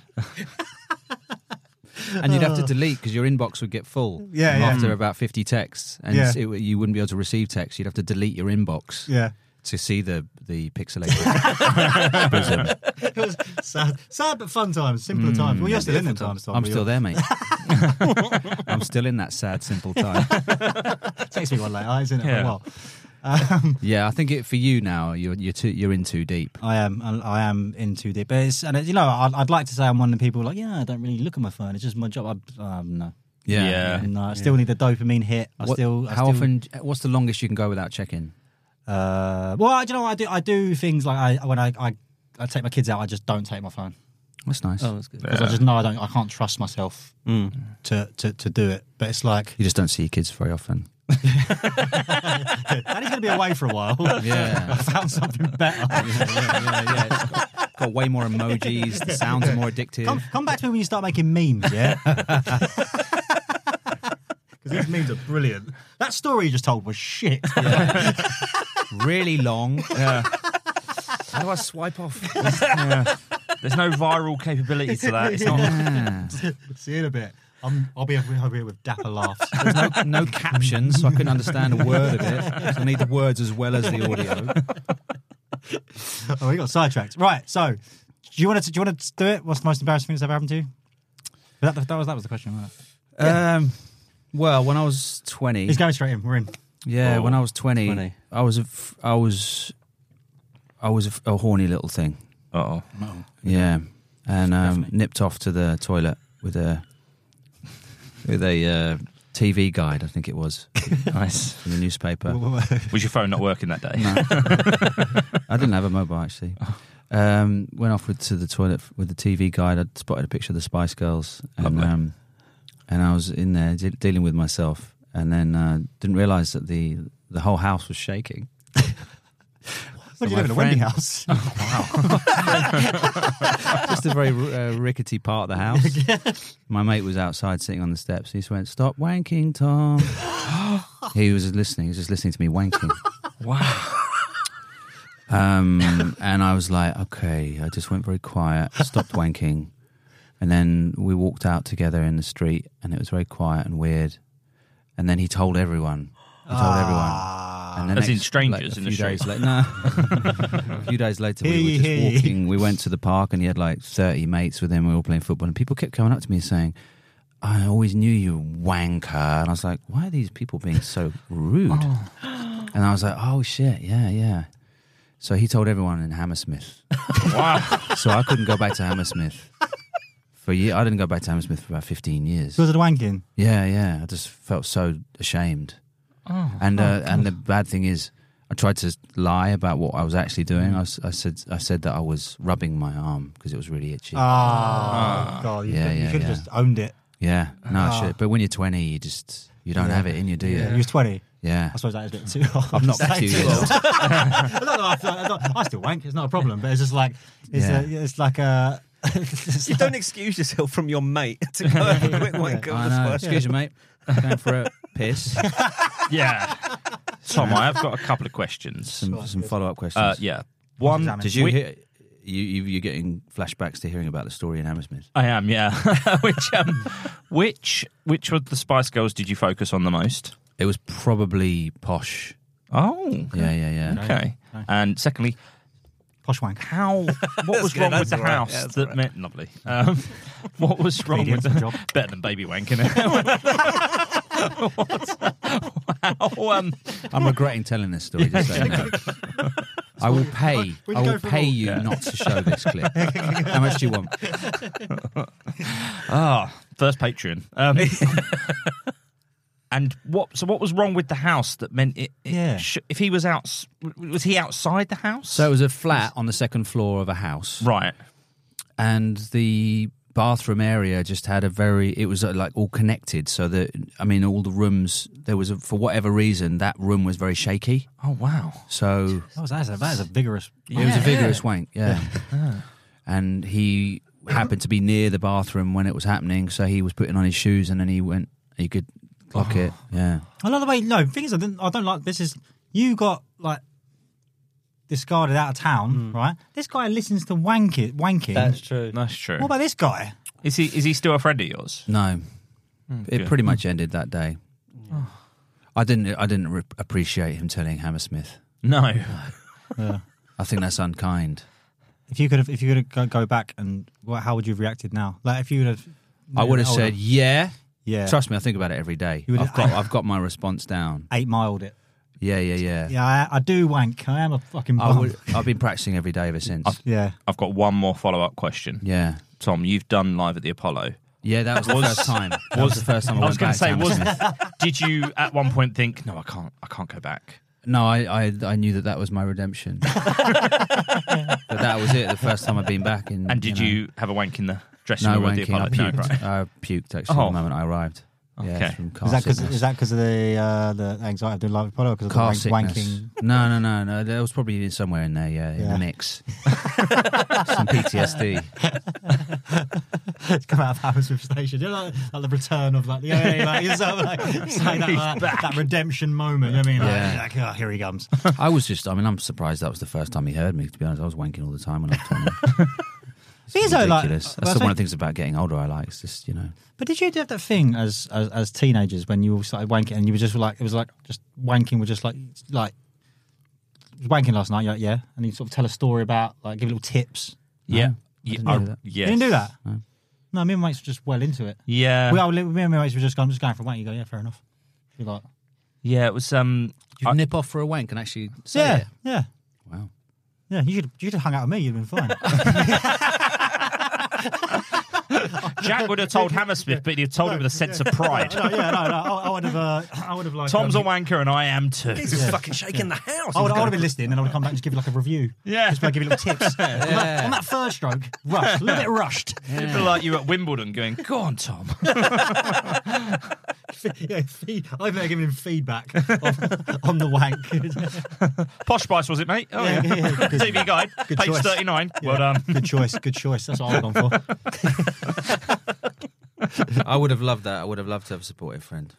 Speaker 7: and you'd have to delete because your inbox would get full.
Speaker 5: Oh. Yeah, yeah.
Speaker 7: After about fifty texts, and
Speaker 5: Yeah.
Speaker 7: it, you wouldn't be able to receive text. You'd have to delete your inbox
Speaker 5: Yeah.
Speaker 7: to see the the pixelated. bosom.
Speaker 5: It was sad, sad but fun times, simpler times. Well, you're still in them times, Tom.
Speaker 7: Mm. I'm
Speaker 5: but
Speaker 7: still
Speaker 5: you're-
Speaker 7: there, mate. I'm still in that sad, simple time.
Speaker 5: Takes me one later, isn't it?
Speaker 7: Yeah.
Speaker 5: For a while. Um,
Speaker 7: Yeah, I think it for you now. You're you're too, you're in too deep.
Speaker 5: I am. I I am in too deep. But it's, and it, you know, I'd, I'd like to say I'm one of the people like, yeah, I don't really look at my phone. It's just my job. I, um, no,
Speaker 7: Yeah.
Speaker 6: Yeah.
Speaker 5: no, I still need the dopamine hit. I
Speaker 7: What-
Speaker 5: still. I
Speaker 7: how
Speaker 5: still,
Speaker 7: often? What's the longest you can go without checking?
Speaker 5: Uh, well, I- do you know what I do? I do things like I when I, I, I take my kids out, I just don't take my phone
Speaker 7: That's nice.
Speaker 9: Oh, that's good. Mm.
Speaker 5: because I just know I don't. I can't trust myself to, to to do it. But it's like
Speaker 7: You just don't see your kids very often.
Speaker 5: Daddy's gonna be away for a while.
Speaker 7: Yeah.
Speaker 5: I found something better.
Speaker 7: yeah, yeah, yeah. It's got, got way more emojis. The sounds are more addictive.
Speaker 5: come come back to me when you start making memes, yeah. Because these memes are brilliant. That story you just told was shit.
Speaker 7: Really long.
Speaker 8: How do I swipe off?
Speaker 6: There's no viral capability to that. It's not.
Speaker 7: Yeah.
Speaker 5: See you in a bit. I'm, I'll be over over here with dapper laughs.
Speaker 7: There's no, no captions, so I couldn't understand a word of it. So I need the words as well as the audio.
Speaker 5: oh, we got sidetracked. Right. So, do you want to do you want to do it? What's the most embarrassing thing that's ever happened to you? That, that was that was the question. Wasn't it?
Speaker 7: Um, well, when I was 20.
Speaker 5: He's going straight in. We're in.
Speaker 7: Yeah,
Speaker 6: Oh,
Speaker 7: when I was 20,
Speaker 9: 20.
Speaker 7: I was a f- I was I was a, f- a horny little thing.
Speaker 6: Oh,
Speaker 7: Yeah. And um, nipped off to the toilet with a with a uh, TV guide, I think it was,
Speaker 6: nice.
Speaker 7: from the newspaper.
Speaker 6: Was your phone not working that day?
Speaker 7: I didn't have a mobile actually. Um, went off with, to the toilet f- with the TV guide. I'd spotted a picture of the Spice Girls, and
Speaker 6: Lovely.
Speaker 7: um, and I was in there de- dealing with myself, and then uh, didn't realise that the the whole house was shaking.
Speaker 5: What, do
Speaker 7: my
Speaker 5: you live in a Wendy
Speaker 7: friend-
Speaker 5: house?
Speaker 7: Just a very uh, rickety part of the house. My mate was outside sitting on the steps. He just went, "Stop wanking, Tom." he was listening. He was just listening to me wanking.
Speaker 6: wow.
Speaker 7: Um, and I was like, okay. I just went very quiet, stopped wanking, and then we walked out together in the street, and it was very quiet and weird. and then he told everyone. He told everyone. And the
Speaker 6: As in
Speaker 7: next-
Speaker 6: strangers
Speaker 7: like, a
Speaker 6: in the
Speaker 7: few days
Speaker 6: street.
Speaker 7: later, no. a few days later, we
Speaker 6: Hey,
Speaker 7: were just
Speaker 6: hey.
Speaker 7: walking. We went to the park, and he had like thirty mates with him. We were all playing football, and people kept coming up to me saying, "I always knew you were wanker." And I was like, "Why are these people being so rude?" And I was like, "Oh shit, yeah, yeah." So he told everyone in Hammersmith.
Speaker 6: Wow.
Speaker 7: so I couldn't go back to Hammersmith for a year. I didn't go back to Hammersmith for about fifteen years.
Speaker 5: Because of the wanking.
Speaker 7: Yeah, yeah. I just felt so ashamed.
Speaker 5: Oh.
Speaker 7: and uh,
Speaker 5: Oh,
Speaker 7: and the bad thing is, I tried to lie about what I was actually doing.
Speaker 5: Mm.
Speaker 7: I, s- I said I said that I was rubbing my arm because it was really itchy.
Speaker 5: Oh, God. You could- you could have just owned it.
Speaker 7: Yeah, no
Speaker 5: Ah.
Speaker 7: shit. But when you're 20, you just you don't
Speaker 5: Yeah.
Speaker 7: have it in you, do you?
Speaker 5: Yeah. You was 20?
Speaker 7: Yeah.
Speaker 5: I suppose that is a bit too old.
Speaker 7: I'm not
Speaker 5: That's
Speaker 7: two
Speaker 5: too
Speaker 7: years
Speaker 5: old.
Speaker 7: old.
Speaker 5: I, don't know, I, feel- I don't- I still wank. It's not a problem, but it's just like it's,
Speaker 7: Yeah.
Speaker 5: a, it's like a. it's
Speaker 9: You don't excuse yourself from your mate to go have a quick one. Go
Speaker 7: I
Speaker 9: this
Speaker 7: know.
Speaker 9: way.
Speaker 7: Excuse you, mate. I'm going for a piss.
Speaker 6: yeah. Tom, I have got a couple of questions.
Speaker 7: Some, some follow up questions.
Speaker 6: Uh, yeah. One,
Speaker 7: Did you
Speaker 6: whi-
Speaker 7: hear? You, you you're getting flashbacks to hearing about the story in Hammersmith.
Speaker 6: I am, yeah. which, um, which, which of the Spice Girls did you focus on the most?
Speaker 7: It was probably Posh.
Speaker 6: Oh,
Speaker 7: Yeah, yeah, yeah.
Speaker 6: Okay.
Speaker 7: Okay.
Speaker 6: And secondly,
Speaker 5: posh wank.
Speaker 6: How? What was
Speaker 7: good,
Speaker 6: wrong with
Speaker 7: that's
Speaker 6: the
Speaker 7: all right,
Speaker 6: house
Speaker 7: yeah, that's
Speaker 6: that
Speaker 7: all
Speaker 6: meant lovely? Um, what was wrong with
Speaker 7: Comedian's
Speaker 6: the
Speaker 7: job.
Speaker 6: better than baby wank? Isn't it? What- how, um,
Speaker 7: I'm regretting telling this story. just so you know. I will pay.
Speaker 6: We
Speaker 7: I
Speaker 6: can go
Speaker 7: will
Speaker 6: for
Speaker 7: pay
Speaker 6: more.
Speaker 7: you
Speaker 6: Yeah.
Speaker 7: not to show this clip. How much do you want?
Speaker 6: Ah, first Patreon. Um, and what? So what was wrong with the house that meant it? it
Speaker 7: Yeah.
Speaker 6: sh- if he was out, was he outside the house?
Speaker 7: So it was a flat on the second floor of a house,
Speaker 6: right?
Speaker 7: And the bathroom area just had a very. It was uh, like all connected, so that I mean, all the rooms. There was a, for whatever reason that room was very shaky.
Speaker 6: Oh wow.
Speaker 7: So
Speaker 5: That was, that is a, that is a vigorous.
Speaker 7: it was a
Speaker 5: wank.
Speaker 7: vigorous wank. Yeah. and he happened to be near the bathroom when it was happening, so he was putting on his shoes, and then he went. He could clock it. Yeah.
Speaker 5: I love the way. No, things I didn't. I don't like. This is you got like discarded out of
Speaker 7: Hmm.
Speaker 5: town, right? This guy listens to wank it, wanking.
Speaker 6: true. That's true.
Speaker 5: What about this guy?
Speaker 6: Is he? Is he still a friend of yours?
Speaker 7: No, it
Speaker 6: good.
Speaker 7: pretty much ended that day. I didn't. I didn't re- appreciate him telling Hammersmith.
Speaker 6: No.
Speaker 5: Yeah.
Speaker 7: I think that's unkind.
Speaker 5: If you could have, if you could have go, go back and what, how would you have reacted now? Like if you would have,
Speaker 7: I would have
Speaker 5: older,
Speaker 7: said, "Yeah,
Speaker 5: Yeah.
Speaker 7: Trust me, I think about it every day.
Speaker 5: You would-
Speaker 7: I've got. I've got my response down.
Speaker 5: eight miled it.
Speaker 7: Yeah, yeah, yeah.
Speaker 5: Yeah, I, I do wank. I am a fucking.
Speaker 7: I
Speaker 5: bum.
Speaker 7: would. I've been practicing every day ever since.
Speaker 5: Yeah.
Speaker 6: I've got one more follow up question.
Speaker 7: Yeah.
Speaker 6: Tom, you've done live at the Apollo.
Speaker 7: Yeah, that was the
Speaker 6: Was-
Speaker 7: first time. That was the first time I,
Speaker 6: I was
Speaker 7: went
Speaker 6: going
Speaker 7: back
Speaker 6: to say,
Speaker 7: to
Speaker 6: was,
Speaker 7: Hammersmith.
Speaker 6: did you at one point think, no, I can't, I can't go back?
Speaker 7: No, I, I, I knew that that was my redemption. but that was it. The first time I've been back. In,
Speaker 6: And did
Speaker 7: know,
Speaker 6: you, have a wank in the dressing
Speaker 7: No
Speaker 6: room at the
Speaker 7: wanking.
Speaker 6: Apollo?
Speaker 7: I Uh, puked.
Speaker 6: No, right.
Speaker 7: I puked actually
Speaker 6: Oh.
Speaker 7: the moment I arrived. Yeah,
Speaker 6: Okay.
Speaker 7: it's from car
Speaker 5: Is that because
Speaker 7: sickness.
Speaker 5: is that because of the uh, the anxiety of doing live Apollo? Because of
Speaker 7: car
Speaker 5: the wank,
Speaker 7: sickness.
Speaker 5: wanking.
Speaker 7: No, no, no, no. There was probably somewhere in there, yeah, in
Speaker 5: Yeah.
Speaker 7: the mix. Some PTSD.
Speaker 5: It's come out of Hammersmith Station. You know, like, like the return of like the yeah, like, it's sort of like, it's like that,
Speaker 6: He's
Speaker 5: like, that redemption moment. You know what I mean,
Speaker 7: Yeah.
Speaker 5: like, like, oh, here he comes.
Speaker 7: I was just. I mean, I'm surprised that was the first time he heard me. To be honest, I was wanking all the time when I was 20. It's
Speaker 5: These are, like,
Speaker 7: ridiculous.
Speaker 5: well, I
Speaker 7: That's the one
Speaker 5: think-
Speaker 7: of the things about getting older. I like. It's just you know.
Speaker 5: But did you do that thing as, as as teenagers when you all started wanking and you were just like it was like just wanking was just like like wanking last night? You're like, yeah, and you sort of tell a story about like give little tips.
Speaker 6: Yeah.
Speaker 7: I
Speaker 6: yeah.
Speaker 7: didn't
Speaker 6: I-
Speaker 7: do that.
Speaker 6: yes.
Speaker 5: You didn't do that.
Speaker 7: No.
Speaker 5: No, me and my mates were just well into it.
Speaker 6: Yeah.
Speaker 5: we, all- me and my mates were just going. I'm just going for a wank. You go, yeah, fair enough. You like,
Speaker 6: yeah, it was. um.
Speaker 7: You nip off for a wank and actually say
Speaker 5: yeah,
Speaker 7: it.
Speaker 5: yeah.
Speaker 7: Wow.
Speaker 5: Yeah, you should you'd have hung out with me. You'd have been fine.
Speaker 6: Jack would have told Hammersmith, but he'd told him with a sense of pride.
Speaker 5: no, yeah, no, no. I, I would have. Uh, I would have like.
Speaker 6: Tom's a
Speaker 5: um,
Speaker 6: wanker, and I am too.
Speaker 9: He's fucking shaking the house.
Speaker 5: I would, I would have been listening, and I would come back and just give you like a review.
Speaker 6: Yeah.
Speaker 5: just like give you little tips. on, that, on that third stroke, rushed, a little bit rushed.
Speaker 6: It'd be like you at Wimbledon going, go on, Tom.
Speaker 5: yeah, feed, I better give him feedback on, on the wank.
Speaker 6: Posh Spice, was it, mate? Oh, yeah.
Speaker 5: Yeah, yeah, yeah. Good-
Speaker 6: TV Guide,
Speaker 5: good
Speaker 6: page
Speaker 5: choice.
Speaker 6: 39. Well done.
Speaker 5: good choice, good choice. That's what I've gone for.
Speaker 7: I would have loved that. I would have loved to have a supportive friend.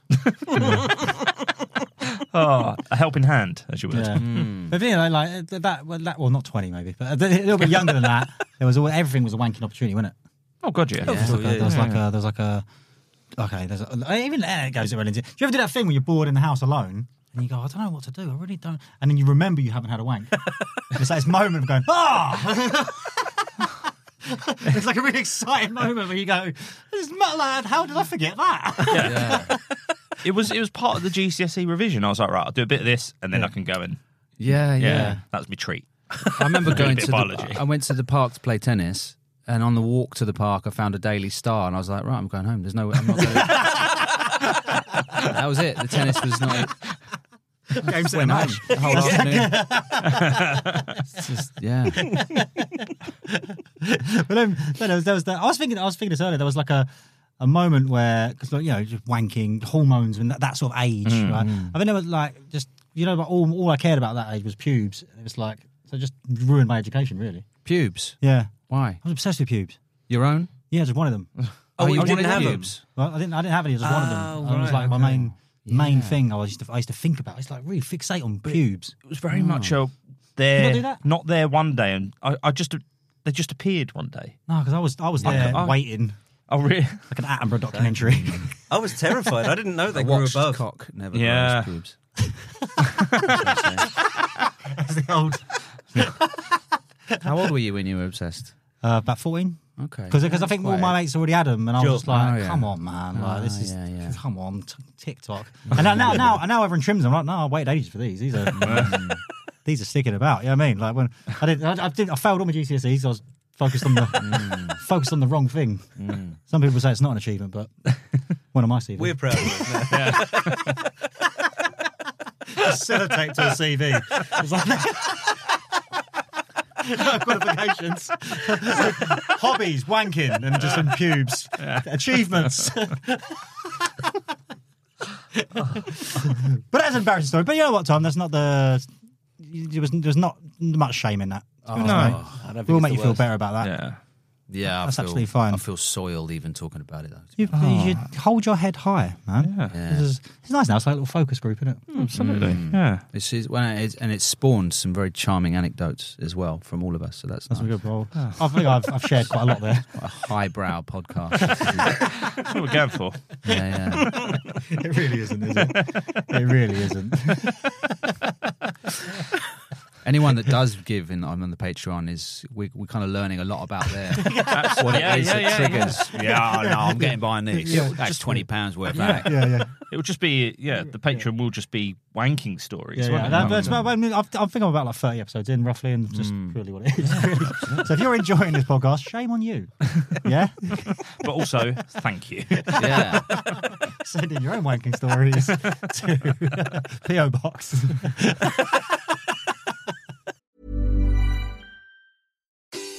Speaker 6: Oh, a helping hand, as you would.
Speaker 5: Yeah.
Speaker 6: Hmm.
Speaker 5: But you know, like uh, that, well, that, well, not twenty maybe, but a little bit younger than that. There was all, everything was a wanking opportunity, wasn't it?
Speaker 6: Oh, God, yeah.
Speaker 5: There was like a, there was like a, there was like a okay. There's a, even there it goes well into. Do you ever do that thing when you're bored in the house alone and you go, I don't know what to do. I really don't. And then you remember you haven't had a wank. And it's like this moment of going, ah. it's like a really exciting moment where you go, "This is my lad. How did I forget that?"
Speaker 6: It was it was part of the GCSE E revision. I was like, right, I'll do a bit of this, and then I can go and
Speaker 7: Yeah, yeah.
Speaker 6: That's my treat.
Speaker 7: I remember
Speaker 6: A
Speaker 7: going
Speaker 6: bit
Speaker 7: to
Speaker 6: of biology.
Speaker 7: The, I went to the park to play tennis, and on the walk to the park, I found a Daily Star, and I was like, right, I'm going home. There's no, I'm not going. that was it. The tennis was not.
Speaker 5: Game set
Speaker 7: Went
Speaker 5: match.
Speaker 7: home the whole afternoon. It's just- yeah.
Speaker 5: but then, then there was, there was that. I was thinking. I was thinking this earlier. There was like a a moment where because like you know just wanking hormones and that, that sort of age.
Speaker 6: Mm.
Speaker 5: Right?
Speaker 6: Mm.
Speaker 5: I think there was like just you know but all all I cared about at that age was pubes. It was like so it just ruined my education really.
Speaker 7: Pubes.
Speaker 5: Yeah.
Speaker 7: Why?
Speaker 5: I was obsessed with pubes.
Speaker 7: Your own?
Speaker 5: Yeah, just one of them.
Speaker 7: Oh, you
Speaker 5: I
Speaker 7: didn't
Speaker 5: wanted
Speaker 7: have them?
Speaker 5: pubes. Well, I didn't. I didn't have any. Just one of
Speaker 7: Oh,
Speaker 5: them. It was
Speaker 7: right,
Speaker 5: like my
Speaker 7: okay.
Speaker 5: main main thing. I was used to, I used to think about. It's like really fixate on pubes.
Speaker 6: It was very much a
Speaker 5: not
Speaker 6: there,
Speaker 5: Hmm. do that?
Speaker 6: not there one day, and I, I just they just appeared one day.
Speaker 5: No, because I was I was
Speaker 6: I-
Speaker 5: there
Speaker 6: I-
Speaker 5: waiting
Speaker 6: Oh, really?
Speaker 5: like an Attenborough documentary.
Speaker 9: I was terrified. I didn't know they
Speaker 7: I
Speaker 9: grew
Speaker 7: watched
Speaker 9: above.
Speaker 7: cock never
Speaker 6: Yeah.
Speaker 7: grows pubes.
Speaker 5: That's the old
Speaker 7: How old were you when you were obsessed?
Speaker 5: uh, about fourteen.
Speaker 7: Okay.
Speaker 5: Because I think all my mates already had them, and I was
Speaker 7: Sure.
Speaker 5: just like,
Speaker 7: Oh, yeah.
Speaker 5: "Come on, man! Like this
Speaker 7: Ah,
Speaker 5: is
Speaker 7: yeah, yeah.
Speaker 5: come on t- TikTok." and now, now, now, now everyone trims them. I'm like, "No, I waited ages for these. These are mm, these are sticking about." You know what I mean? Like when I did, I, I did, I failed all my GCSEs. I was focused on
Speaker 7: Mm.
Speaker 5: the focused on the wrong thing. Some people say it's not an achievement, but one of my CV.
Speaker 9: We're proud of it.
Speaker 5: sellotape to a CV. It's like- No qualifications, hobbies, wanking, and just some pubes, achievements. but that's an embarrassing story. But you know what, Tom? That's not the. There was there's not much shame in that.
Speaker 7: Oh,
Speaker 5: to be honest, mate. we'll make you feel better about that.
Speaker 6: Yeah.
Speaker 7: Yeah, I
Speaker 5: That's
Speaker 7: feel-
Speaker 5: absolutely fine.
Speaker 7: I feel soiled even talking about it. Though.
Speaker 6: Ah.
Speaker 5: You, you should hold your head high, man.
Speaker 7: Yeah.
Speaker 5: This is, it's nice now. It's like a little focus group, isn't
Speaker 6: Hmm.
Speaker 5: it?
Speaker 6: Absolutely.
Speaker 5: Hmm.
Speaker 6: Yeah.
Speaker 7: It's, it's, when it's, and it's spawned some very charming anecdotes as well from all of us. So that's,
Speaker 5: That's a
Speaker 7: nice.
Speaker 5: good role. I think I've, I've shared quite a lot there.
Speaker 7: What a highbrow podcast.
Speaker 6: That's what we're going for.
Speaker 7: yeah, yeah.
Speaker 5: It really isn't, is it? It really isn't.
Speaker 7: Anyone that does give in on the Patreon is we, we're kind of learning a lot about their what
Speaker 6: Yeah,
Speaker 7: it is
Speaker 6: yeah,
Speaker 7: that
Speaker 6: yeah,
Speaker 7: triggers. Yeah, oh, no, I'm getting behind these. that's twenty pounds worth. Yeah.
Speaker 5: Yeah, yeah.
Speaker 6: It will just be yeah. The Patreon will just be wanking stories.
Speaker 5: Yeah,
Speaker 6: won't
Speaker 5: yeah.
Speaker 6: it?
Speaker 5: That- that's about, I, mean, I've- I think I'm about like 30 episodes in, roughly, and just purely what it is. really. so if you're enjoying this podcast, shame on you. Yeah?
Speaker 6: But also, thank you.
Speaker 7: yeah.
Speaker 5: Send in your own wanking stories to P.O. Box.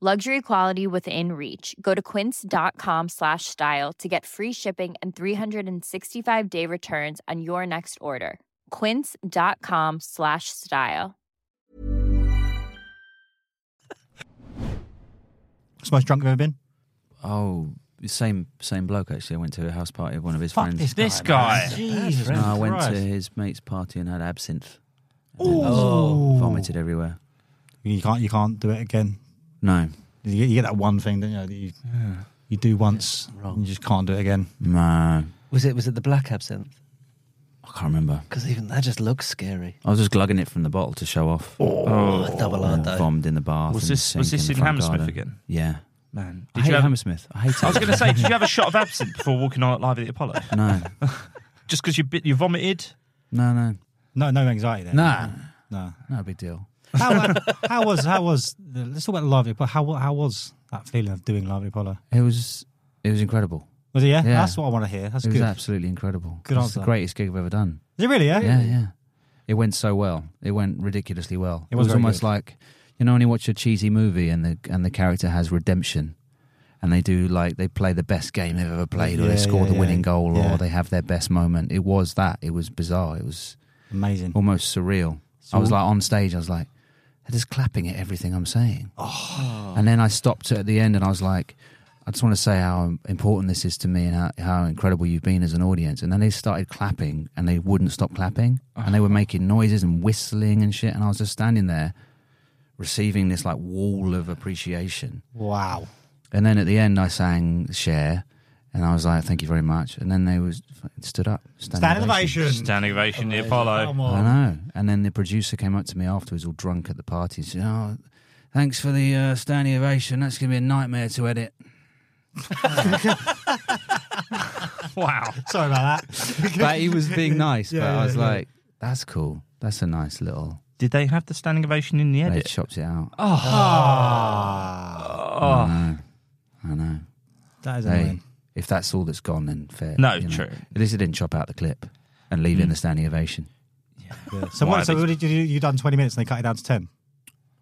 Speaker 4: Luxury quality within reach. Go to quince.com slash style to get free shipping and 365 day returns on your next order. Quince.com slash style.
Speaker 5: It's the most drunk I've ever been.
Speaker 7: Oh, the same same bloke actually. I went to a house party of one of his
Speaker 5: Fuck
Speaker 7: friends.
Speaker 5: this guy.
Speaker 6: This
Speaker 5: man.
Speaker 6: guy.
Speaker 5: Jesus.
Speaker 7: No, I went
Speaker 5: Christ.
Speaker 7: to his mate's party and had absinthe.
Speaker 5: Ooh.
Speaker 7: Oh, Vomited everywhere.
Speaker 5: You can't, you can't do it again.
Speaker 7: No,
Speaker 5: You get, you get that one thing, don't you, that you, you do once and you just can't do it again.
Speaker 7: no,
Speaker 9: Was it was it the black absinthe?
Speaker 7: I can't remember.
Speaker 9: Because even that just looks scary.
Speaker 7: I was just glugging it from the bottle to show off.
Speaker 9: Oh, double R though.
Speaker 7: Bombed in the bath.
Speaker 6: Was
Speaker 7: in the
Speaker 6: this- was
Speaker 7: sink,
Speaker 6: this
Speaker 7: the
Speaker 6: in
Speaker 7: front
Speaker 6: Hammersmith
Speaker 7: garden.
Speaker 6: again?
Speaker 7: Yeah.
Speaker 6: Man,
Speaker 7: I hate
Speaker 6: you have,
Speaker 7: Hammersmith. I hate.
Speaker 6: I was
Speaker 7: it.
Speaker 6: going to say, did you have a shot of absinthe before walking on live at the Apollo?
Speaker 7: no,
Speaker 6: Just because you bit, you vomited.
Speaker 7: no, no.
Speaker 5: No, no anxiety then.
Speaker 7: Nah.
Speaker 5: no,
Speaker 7: no big deal.
Speaker 5: How, uh, how was how was the, let's talk about Lively Apollo. How how was that feeling of doing Lively Apollo?
Speaker 7: It was it was incredible.
Speaker 5: Was it, yeah? That's what I wanna hear. That's
Speaker 7: it
Speaker 5: good.
Speaker 7: was absolutely incredible.
Speaker 5: Good
Speaker 7: It's
Speaker 5: answer.
Speaker 7: the greatest gig I've ever done.
Speaker 5: Is it really, yeah?
Speaker 7: Yeah, yeah. It went so well. It went ridiculously well.
Speaker 5: It was very
Speaker 7: almost
Speaker 5: good.
Speaker 7: like you know when you watch a cheesy movie and the and the character has redemption. And they do like they play the best game they've ever played, or
Speaker 5: Yeah,
Speaker 7: they score
Speaker 5: yeah,
Speaker 7: the
Speaker 5: yeah.
Speaker 7: winning goal,
Speaker 5: Yeah.
Speaker 7: or they have their best moment. It was that. It was bizarre. It was
Speaker 5: Amazing.
Speaker 7: almost surreal.
Speaker 5: So-
Speaker 7: I was like on stage. I was like, they're just clapping at everything I'm saying.
Speaker 5: Oh.
Speaker 7: And then I stopped at the end and I was like, I just want to say how important this is to me and how, how incredible you've been as an audience. And then they started clapping and they wouldn't stop clapping and they were making noises and whistling and shit. And I was just standing there receiving this like wall of appreciation.
Speaker 5: Wow.
Speaker 7: And then at the end, I sang Share and I was like, thank you very much. And then they was stood up.
Speaker 5: Standing ovation.
Speaker 6: Standing ovation, the Apollo.
Speaker 5: Come
Speaker 7: I know. And then the producer came up to me afterwards, all drunk at the party, and said, Oh, thanks for the uh, standing ovation. That's going to be a nightmare to edit.
Speaker 6: wow.
Speaker 5: Sorry about that.
Speaker 7: but he was being nice.
Speaker 5: Yeah,
Speaker 7: but
Speaker 5: yeah,
Speaker 7: I was
Speaker 5: yeah.
Speaker 7: like, That's cool. That's a nice little.
Speaker 6: Did they have the standing ovation in the
Speaker 7: They
Speaker 6: edit?
Speaker 7: chopped it out.
Speaker 5: Oh.
Speaker 6: Oh.
Speaker 7: I know. I know.
Speaker 5: That is
Speaker 7: Hey,
Speaker 5: annoying.
Speaker 7: if that's all that's gone, then fair.
Speaker 6: No,
Speaker 7: you know.
Speaker 6: true.
Speaker 7: At least they didn't chop out the clip and leave
Speaker 5: Mm.
Speaker 7: in the standing ovation.
Speaker 5: Yeah. So
Speaker 7: Why
Speaker 5: what? So
Speaker 7: they-
Speaker 5: what did you you done twenty minutes and they cut it down to ten?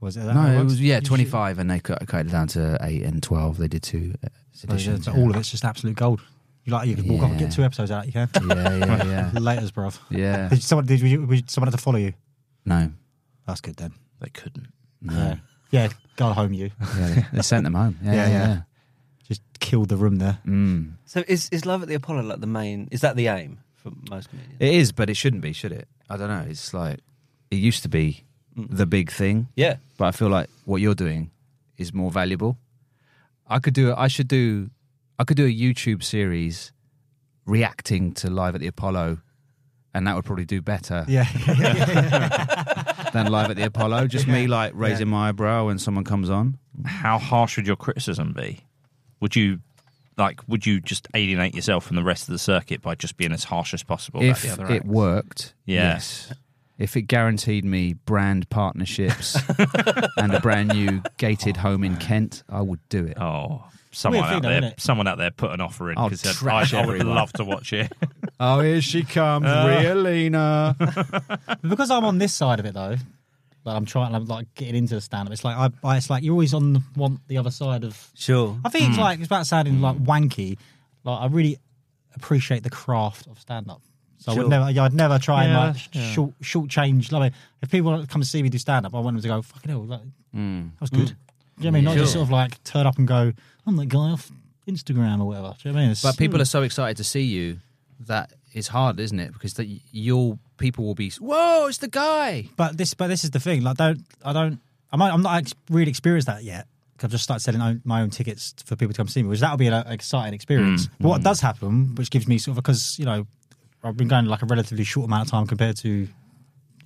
Speaker 5: Was it? is that how
Speaker 7: no, it
Speaker 5: works?
Speaker 7: was yeah,
Speaker 5: You Oh, should-
Speaker 7: twenty five, and they cut, cut it down to eight and twelve. They did two uh,
Speaker 5: So yeah,
Speaker 7: editions.
Speaker 5: so
Speaker 7: yeah.
Speaker 5: all of it's just absolute gold. You like you could walk off and
Speaker 7: Yeah.
Speaker 5: get two episodes out. You can.
Speaker 7: Yeah, yeah, yeah.
Speaker 5: Later's, bruv.
Speaker 7: Yeah.
Speaker 5: Did someone did, you, did someone have to follow you?
Speaker 7: No,
Speaker 5: That's good then.
Speaker 6: They couldn't.
Speaker 5: Yeah. Yeah. Go home, you.
Speaker 7: yeah, they, they sent them home. Yeah, yeah. yeah.
Speaker 5: Just killed the room there.
Speaker 7: Mm.
Speaker 9: So is is Love at the Apollo like the main? Is that the aim for most comedians?
Speaker 7: It is, but it shouldn't be, should it? I don't know. It's like it used to be
Speaker 6: Mm.
Speaker 7: the big thing.
Speaker 9: Yeah.
Speaker 7: But I feel like what you're doing is more valuable. I could do I should do I could do a YouTube series reacting to live at the Apollo and that would probably do better
Speaker 5: Yeah.
Speaker 7: than live at the Apollo. Just me like raising my eyebrow when someone comes on.
Speaker 6: How harsh would your criticism be? Would you like? Would you just alienate yourself from the rest of the circuit by just being as harsh as possible?
Speaker 7: if
Speaker 6: about the other
Speaker 7: it
Speaker 6: acts?
Speaker 7: worked,
Speaker 6: Yeah.
Speaker 7: yes. If it guaranteed me brand partnerships and a brand new gated home in Kent, I would do it.
Speaker 6: Oh, someone
Speaker 7: Weird
Speaker 6: out
Speaker 7: thing though,
Speaker 6: there,
Speaker 7: innit?
Speaker 6: someone out there, put an offer in
Speaker 7: I'll
Speaker 6: because I,
Speaker 7: trash
Speaker 6: I would
Speaker 7: everyone.
Speaker 6: love to watch it.
Speaker 7: Oh, here she comes,
Speaker 6: Uh.
Speaker 7: Realina.
Speaker 5: But because I'm on this side of it though, like I'm trying, I'm like getting into the stand up. It's like I, I, it's like you're always on the, want the other side of.
Speaker 9: Sure.
Speaker 5: I think it's like it's about sounding like wanky. Like I really appreciate the craft of stand up. So I would
Speaker 9: Sure.
Speaker 5: never, yeah, I'd never try
Speaker 9: Yeah,
Speaker 5: and like
Speaker 9: that's- yeah.
Speaker 5: short short change. Like if people come to see me do stand up, I want them to go fucking hell. Like, That was good. Do you know what I mean? Not just
Speaker 7: Sure.
Speaker 5: sort of like turn up and go, I'm that guy off Instagram or whatever. Do you know what I mean? It's-
Speaker 7: But people are so excited to see you that it's hard, isn't it? Because that you'll people will be whoa, it's the guy.
Speaker 5: But this, but this is the thing. Like, don't I don't I'm not, I'm not ex- really experienced that yet. 'Cause I've just started selling own, my own tickets for people to come see me, which that'll be an uh, exciting experience. But what does happen, which gives me sort of because you know I've been going like a relatively short amount of time compared to you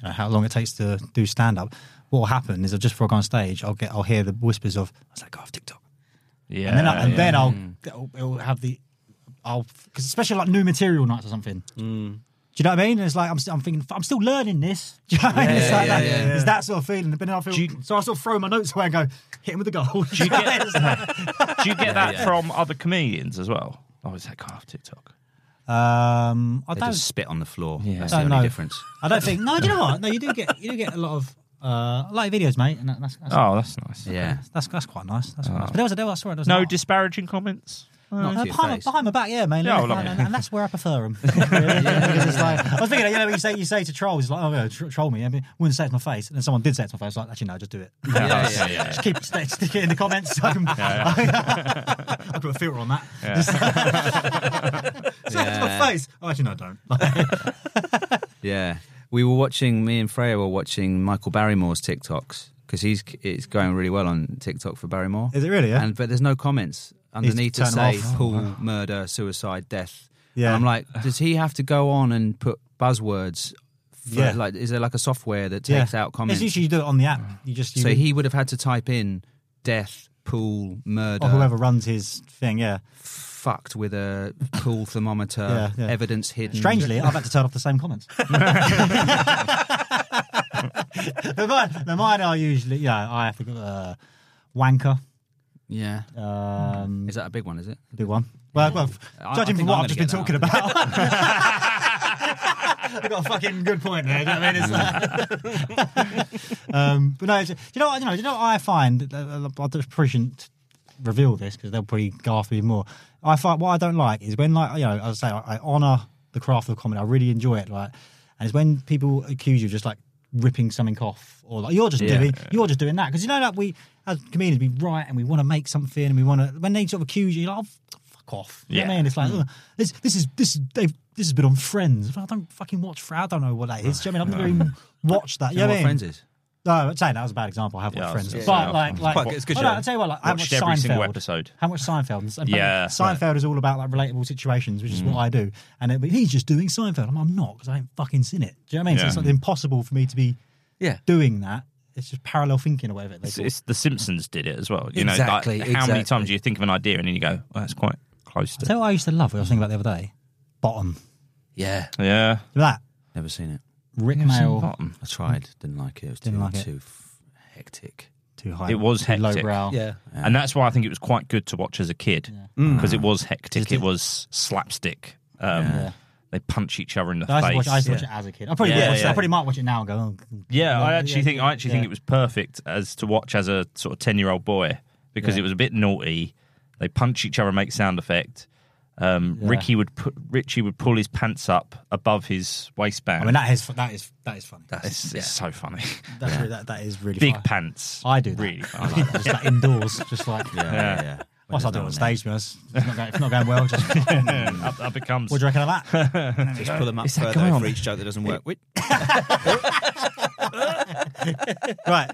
Speaker 5: know, how long it takes to do stand up. What will happen is just before I go on stage, I'll get I'll hear the whispers of "That's that guy off TikTok,"
Speaker 6: yeah,
Speaker 5: and then I, and
Speaker 6: Uh, yeah.
Speaker 5: then I'll it'll, it'll have the I'll because especially like new material nights or something. Do you know what I mean? And it's like I'm, st- I'm thinking I'm still learning this. Do you know what I mean?
Speaker 9: Yeah,
Speaker 5: It's like
Speaker 9: yeah,
Speaker 5: that,
Speaker 9: yeah, yeah.
Speaker 5: it's that sort of feeling. But then I feel so I sort of throw my notes away and go hit him with the goal. Do you get,
Speaker 6: do you get that from other comedians as well? Oh, is that guy off TikTok?
Speaker 5: um, I
Speaker 7: They
Speaker 5: don't.
Speaker 7: just spit on the floor.
Speaker 6: Yeah.
Speaker 7: That's
Speaker 5: I
Speaker 7: the
Speaker 5: don't
Speaker 7: only
Speaker 5: know.
Speaker 7: difference.
Speaker 5: I don't think. No, do you know what? No, you do get you do get a lot of uh, a lot of videos, mate. And that, that's, that's,
Speaker 6: Oh, that's nice.
Speaker 7: Yeah.
Speaker 5: that's that's quite nice. That's quite nice. But there was a there was, sorry, there was
Speaker 6: No
Speaker 5: an-
Speaker 6: disparaging comments.
Speaker 7: Not
Speaker 5: Uh,
Speaker 7: to your
Speaker 5: behind, my,
Speaker 7: face.
Speaker 5: behind my back, yeah, mainly.
Speaker 6: Yeah,
Speaker 5: Yeah,
Speaker 6: well,
Speaker 5: behind-
Speaker 6: yeah.
Speaker 5: and, and that's where I prefer them. because it's like, I was thinking, you know, you say you say to trolls, like, oh, yeah, tro- troll me. I mean, wouldn't say it to my face, and then someone did say it to my face. Like, actually, no, just do it.
Speaker 6: Yeah, yeah, yeah, yeah.
Speaker 5: Just keep st- stick it in the comments. I can, I put a filter on that. Just- say it to
Speaker 7: Yeah.
Speaker 5: my face. Oh, actually, no, don't.
Speaker 7: Yeah. We were watching, me and Freya were watching Michael Barrymore's TikToks because he's it's going really well on TikTok for Barrymore.
Speaker 5: Is it really, yeah?
Speaker 7: And but there's no comments underneath to
Speaker 5: turn them
Speaker 7: say
Speaker 5: off.
Speaker 7: pool, murder, suicide, death.
Speaker 5: Yeah.
Speaker 7: And I'm like, does he have to go on and put buzzwords? For,
Speaker 5: Yeah.
Speaker 7: Like, is there like a software that takes out comments?
Speaker 5: It's usually you do it on the app. You just you
Speaker 7: so he would have had to type in death, pool murder.
Speaker 5: Or Oh, whoever runs his thing, yeah.
Speaker 7: Fucked with a pool thermometer,
Speaker 5: Yeah, yeah.
Speaker 7: evidence hidden.
Speaker 5: Strangely, I've had to turn off the same comments. the, mine, the mine are usually, yeah, I have to go, uh, wanker.
Speaker 7: Yeah.
Speaker 5: Um,
Speaker 7: is that a big one, is it?
Speaker 5: Big one. Well, well
Speaker 7: I- I
Speaker 5: judging
Speaker 7: think
Speaker 5: from what
Speaker 7: I'm
Speaker 5: I've just
Speaker 7: gonna
Speaker 5: been
Speaker 7: get
Speaker 5: talking
Speaker 7: that
Speaker 5: about. I got a fucking good point there. Do you know what I mean? It's like- um, but no, it's, do you know what? You know, do you know what I find? uh, I just probably shouldn't reveal this because they'll probably go after me more. I find what I don't like is when, like, you know, as I say, I, I honour the craft of comedy. I really enjoy it. Like, and it's when people accuse you of just like ripping something off or like you're just
Speaker 7: Yeah.
Speaker 5: doing you're just doing that because you know that we as comedians we write and we want to make something and we want to when they sort of accuse you you're like oh, fuck off you know what
Speaker 7: Yeah.
Speaker 5: I
Speaker 7: Hmm.
Speaker 5: mean it's like "Ugh, this this is this is they've this has been on Friends I don't fucking watch Friends I don't know what that is do you know what I mean I've never even watched that
Speaker 7: Do
Speaker 5: you
Speaker 7: you know
Speaker 5: know
Speaker 7: what
Speaker 5: what I mean?
Speaker 7: Friends is?
Speaker 5: no I'm saying that was a bad example I have
Speaker 6: Yeah,
Speaker 5: watched
Speaker 6: I was
Speaker 5: Friends but
Speaker 6: gonna say,
Speaker 5: like
Speaker 6: I've
Speaker 5: like
Speaker 6: quite- it's a good
Speaker 5: oh, no,
Speaker 6: show.
Speaker 5: I'll tell you what like, I
Speaker 6: Watched
Speaker 5: watched
Speaker 6: every single
Speaker 5: Seinfeld.
Speaker 6: episode.
Speaker 5: how much Seinfeld And
Speaker 6: Yeah,
Speaker 5: Seinfeld is all about like relatable situations which is
Speaker 6: Mm.
Speaker 5: what I do and it, but he's just doing Seinfeld I'm, I'm not because I ain't fucking seen it do you know what I mean so
Speaker 6: Yeah.
Speaker 5: it's like impossible for me to be
Speaker 9: yeah.
Speaker 5: doing that it's just parallel thinking or whatever they
Speaker 6: It's,
Speaker 5: call it.
Speaker 6: it's the Simpsons did it as well. You
Speaker 9: Exactly,
Speaker 6: know, like, how many
Speaker 9: exactly.
Speaker 6: times do you think of an idea and then you go, well, that's quite close
Speaker 5: I
Speaker 6: to.
Speaker 5: tell you what I used to love, what I was thinking about the other day. Bottom.
Speaker 9: Yeah.
Speaker 6: Yeah.
Speaker 5: That.
Speaker 7: Never seen it.
Speaker 5: Rick
Speaker 6: Never seen
Speaker 5: Mail.
Speaker 6: Bottom.
Speaker 7: I tried, didn't like it. It was
Speaker 5: Didn't
Speaker 7: too,
Speaker 5: like it.
Speaker 7: too f- hectic.
Speaker 5: Too high.
Speaker 6: It was
Speaker 5: too
Speaker 6: hectic.
Speaker 5: Lowbrow.
Speaker 6: And that's why I think it was quite good to watch as a kid
Speaker 5: Mm.
Speaker 6: because it was hectic.
Speaker 5: Just-
Speaker 6: It was slapstick. Um,
Speaker 5: Yeah.
Speaker 6: They punch each other in the
Speaker 5: I used to
Speaker 6: face.
Speaker 5: watch, I used to watch it as a kid. I probably, would
Speaker 6: Yeah,
Speaker 5: watch it. I
Speaker 6: yeah.
Speaker 5: probably might watch it now and go, oh, God.
Speaker 6: Yeah, I
Speaker 5: Yeah,
Speaker 6: actually
Speaker 5: yeah,
Speaker 6: think I actually
Speaker 5: yeah.
Speaker 6: think it was perfect as to watch as a sort of ten year old boy because
Speaker 5: Yeah.
Speaker 6: it was a bit naughty. They punch each other, and make sound effect. Um,
Speaker 5: Yeah.
Speaker 6: Ricky would put, Richie would pull his pants up above his waistband.
Speaker 5: I mean, that is, that is, that is funny.
Speaker 6: That's, it's, it's so funny.
Speaker 5: That's really, that, that is really
Speaker 6: Big
Speaker 5: funny.
Speaker 6: pants.
Speaker 5: I do that.
Speaker 6: really.
Speaker 5: I
Speaker 6: Funny.
Speaker 5: like that. Just like indoors, just like.
Speaker 7: Yeah, yeah, yeah.
Speaker 5: Whilst I do it on stage, to be honest. It's not going, it's not going well. Just,
Speaker 6: up, up it comes.
Speaker 5: what do you reckon of that? There we
Speaker 7: Just
Speaker 5: go.
Speaker 7: pull them up
Speaker 5: Is that
Speaker 7: further
Speaker 5: gone?
Speaker 7: for each joke that doesn't work. Wait.
Speaker 5: Right.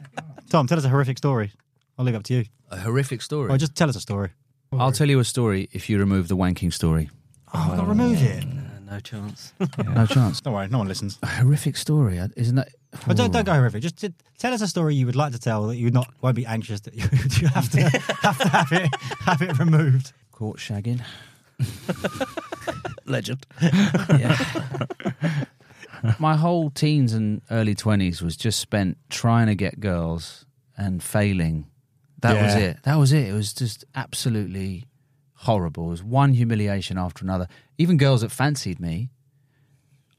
Speaker 5: Tom, tell us a horrific story. I'll leave it up to you.
Speaker 7: A horrific story.
Speaker 5: Or just tell us a story.
Speaker 7: I'll tell you a story if you remove the wanking story.
Speaker 5: Oh, I've got to remove it.
Speaker 9: No chance.
Speaker 7: No chance.
Speaker 5: Don't worry, no one listens.
Speaker 7: A horrific story, isn't that?
Speaker 5: But don't, don't go horrific. Just t- tell us a story you would like to tell that you would not won't be anxious that you, you have to have to have it have it removed.
Speaker 7: Court shagging.
Speaker 9: Legend.
Speaker 7: my whole teens and early 20s was just spent trying to get girls and failing. That was
Speaker 5: Yeah.
Speaker 7: it. That was it. It was just absolutely horrible. It was one humiliation after another. Even girls that fancied me,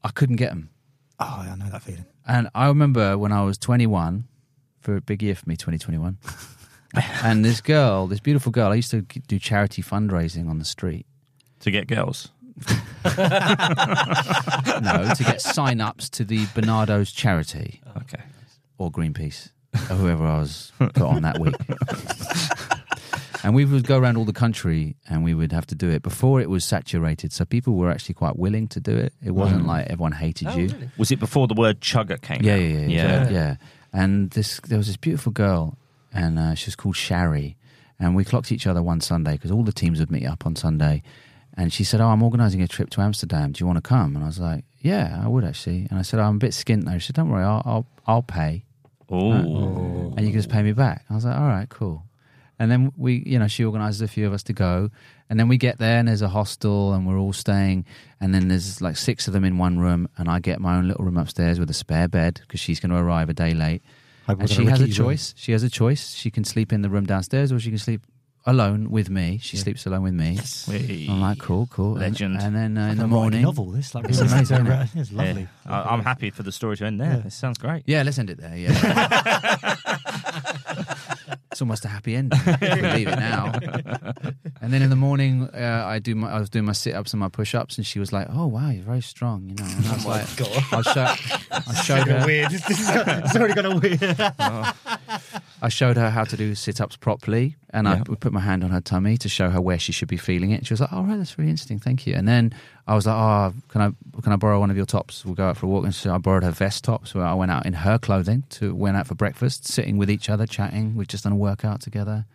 Speaker 7: I couldn't get them.
Speaker 5: Oh, yeah, I know that feeling.
Speaker 7: And I remember when I was 21, for a big year for me, 2021. and this girl, this beautiful girl, I used to do charity fundraising on the street.
Speaker 6: to get girls.
Speaker 7: No, to get sign ups to the Bernardo's charity.
Speaker 6: Okay.
Speaker 7: or Greenpeace or whoever I was put on that week. and we would go around all the country and we would have to do it. Before it was saturated, so people were actually quite willing to do it. It wasn't like everyone hated you.
Speaker 6: Was it before the word chugger came?
Speaker 7: Yeah,
Speaker 6: out?
Speaker 7: yeah, yeah, yeah, yeah, And this there was this beautiful girl, and uh, she was called Shari. And we clocked each other one Sunday because all the teams would meet up on Sunday. And she said, "Oh, I'm organising a trip to Amsterdam. Do you want to come?" And I was like, "Yeah, I would actually." And I said, "Oh, "I'm a bit skint though." She said, "Don't worry, I'll I'll, I'll pay."
Speaker 6: Oh.
Speaker 7: and you can just pay me back. I was like, all right, cool. And then we, you know, she organises a few of us to go. And then we get there and there's a hostel and we're all staying. And then there's like six of them in one room. And I get my own little room upstairs with a spare bed because she's going to arrive a day late.
Speaker 5: I
Speaker 7: And
Speaker 5: was
Speaker 7: she
Speaker 5: in a
Speaker 7: has a
Speaker 5: Ricky room.
Speaker 7: choice. She has a choice. She can sleep in the room downstairs or she can sleep alone with me. She sleeps alone with me. I'm like, cool, cool. And-
Speaker 6: Legend.
Speaker 7: And, then uh, in the
Speaker 5: Like a Rocky
Speaker 7: morning.
Speaker 5: novel. This like
Speaker 7: It's
Speaker 5: this is
Speaker 7: amazing,
Speaker 5: amazing.
Speaker 7: isn't
Speaker 5: It's lovely.
Speaker 6: I, I'm happy for the story to end there. This sounds great.
Speaker 7: Yeah, let's end it there. Yeah. it's almost a happy end. if we leave it now. And then in the morning, uh, I do my I was doing my sit ups and my push ups, and she was like, "Oh wow, you're very strong," you know. And I was like, I, show, I Oh showed her.
Speaker 5: Weird. it's already got a weird.
Speaker 7: I showed her how to do sit ups properly, and I p- put my hand on her tummy to show her where she should be feeling it. She was like, "All right, that's really interesting, thank you." And then I was like, "Oh, can I can I borrow one of your tops? We'll go out for a walk." And so I borrowed her vest top, so I went out in her clothing to went out for breakfast, sitting with each other, chatting. We've just done a workout together,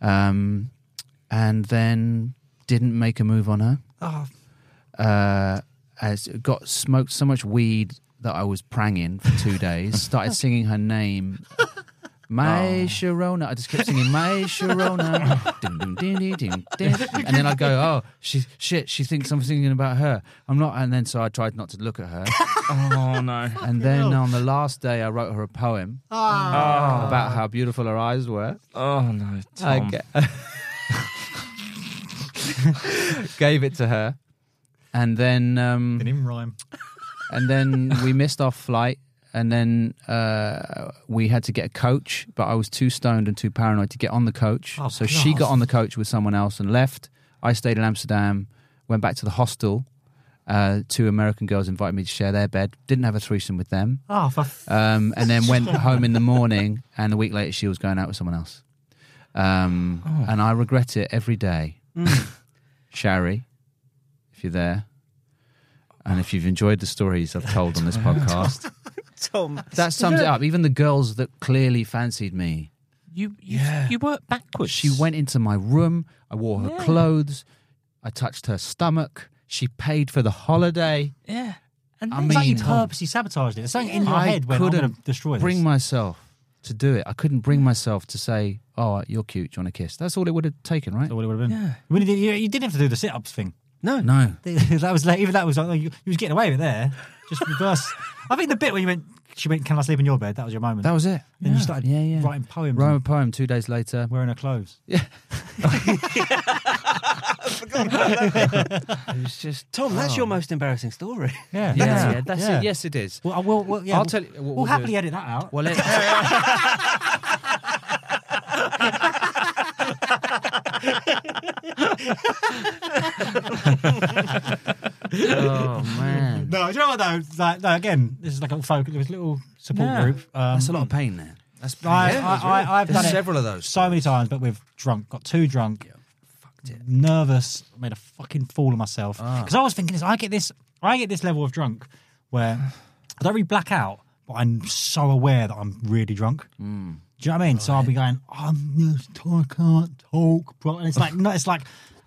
Speaker 7: um, and then didn't make a move on her.
Speaker 5: Oh,
Speaker 7: Uh, as got smoked so much weed that I was pranging for two days. Started singing her name
Speaker 6: Oh.
Speaker 7: May Sharona. I just kept singing May Sharona. Dun, dun, dun, dun, dun, dun. and then I'd go, oh, she, shit, she thinks I'm singing about her. I'm not. And then so I tried not to look at her.
Speaker 6: oh, no.
Speaker 7: And then on the last day, I wrote her a poem
Speaker 6: Ah.
Speaker 7: about how beautiful her eyes were.
Speaker 6: Oh, no, Tom.
Speaker 7: I ga- gave it to her. And then. Um,
Speaker 11: Didn't even rhyme.
Speaker 7: and then we missed our flight and then uh, we had to get a coach but i was too stoned and too paranoid to get on the coach
Speaker 11: Oh,
Speaker 7: so she
Speaker 11: God.
Speaker 7: got on the coach with someone else and left i stayed in amsterdam went back to the hostel uh, two american girls invited me to share their bed didn't have a threesome with them
Speaker 5: Ah,
Speaker 11: Oh, for f-
Speaker 7: um, and then went home in the morning and a week later she was going out with someone else um,
Speaker 5: Oh.
Speaker 7: and i regret it every day
Speaker 5: Mm.
Speaker 7: Shari, if you're there, and if you've enjoyed the stories I've told on this podcast,
Speaker 9: Tom.
Speaker 7: that sums it up. Even the girls that clearly fancied me,
Speaker 6: You, you, you work backwards.
Speaker 7: she went into my room. I wore her
Speaker 6: Yeah.
Speaker 7: clothes. I touched her stomach. She paid for the holiday.
Speaker 6: Yeah.
Speaker 5: And
Speaker 7: I
Speaker 5: it's like you
Speaker 7: mean-
Speaker 5: purposely sabotaged it. There's something in your
Speaker 7: I
Speaker 5: head when I'm
Speaker 7: couldn't
Speaker 5: going to destroy this.
Speaker 7: bring myself to do it. I couldn't bring myself to say, "Oh, you're cute. Do you want a kiss?" That's all it would have taken, right? That's
Speaker 5: all it would have been. I mean, you, you didn't have to do the sit-ups thing.
Speaker 9: No,
Speaker 7: no.
Speaker 5: that was like, even that was like, oh, you, you was getting away with it there. Just reverse. I think the bit when you went, she went, "Can I sleep in your bed?" That was your moment.
Speaker 7: That was it.
Speaker 5: Then you
Speaker 7: Yeah.
Speaker 5: started
Speaker 7: yeah, yeah.
Speaker 5: writing poems.
Speaker 7: Wrote a poem two days later.
Speaker 5: Wearing her clothes.
Speaker 7: Yeah.
Speaker 9: it
Speaker 7: was just
Speaker 9: Tom. That's
Speaker 7: oh.
Speaker 9: your most embarrassing story.
Speaker 7: Yeah,
Speaker 9: That's-
Speaker 7: yeah, that's it. Yes, it is.
Speaker 5: Well, I will. Well, yeah,
Speaker 7: I'll
Speaker 5: we'll-
Speaker 7: tell you.
Speaker 5: We'll,
Speaker 7: we'll do
Speaker 5: happily
Speaker 7: it.
Speaker 5: edit that out.
Speaker 7: Well, it, oh man.
Speaker 5: No, do you know what though? Like, no, again, this is like a little focus, this little support
Speaker 7: Yeah.
Speaker 5: group.
Speaker 7: That's a lot of pain there. That's
Speaker 5: Um, I,
Speaker 7: yeah, that's
Speaker 5: I,
Speaker 7: right.
Speaker 5: I, I've
Speaker 7: There's
Speaker 5: done it
Speaker 7: several of those.
Speaker 5: so many times, but we've drunk, got too drunk, fucked it, nervous, made a fucking fool of myself.
Speaker 7: Ah.
Speaker 5: Because I was thinking, this, I get this, I get this level of drunk where I don't really black out, but I'm so aware that I'm really drunk.
Speaker 7: Hmm.
Speaker 5: Do you know what I mean? So I'll be going, I'm just, I can't talk, bro. And it's like, no, it's like,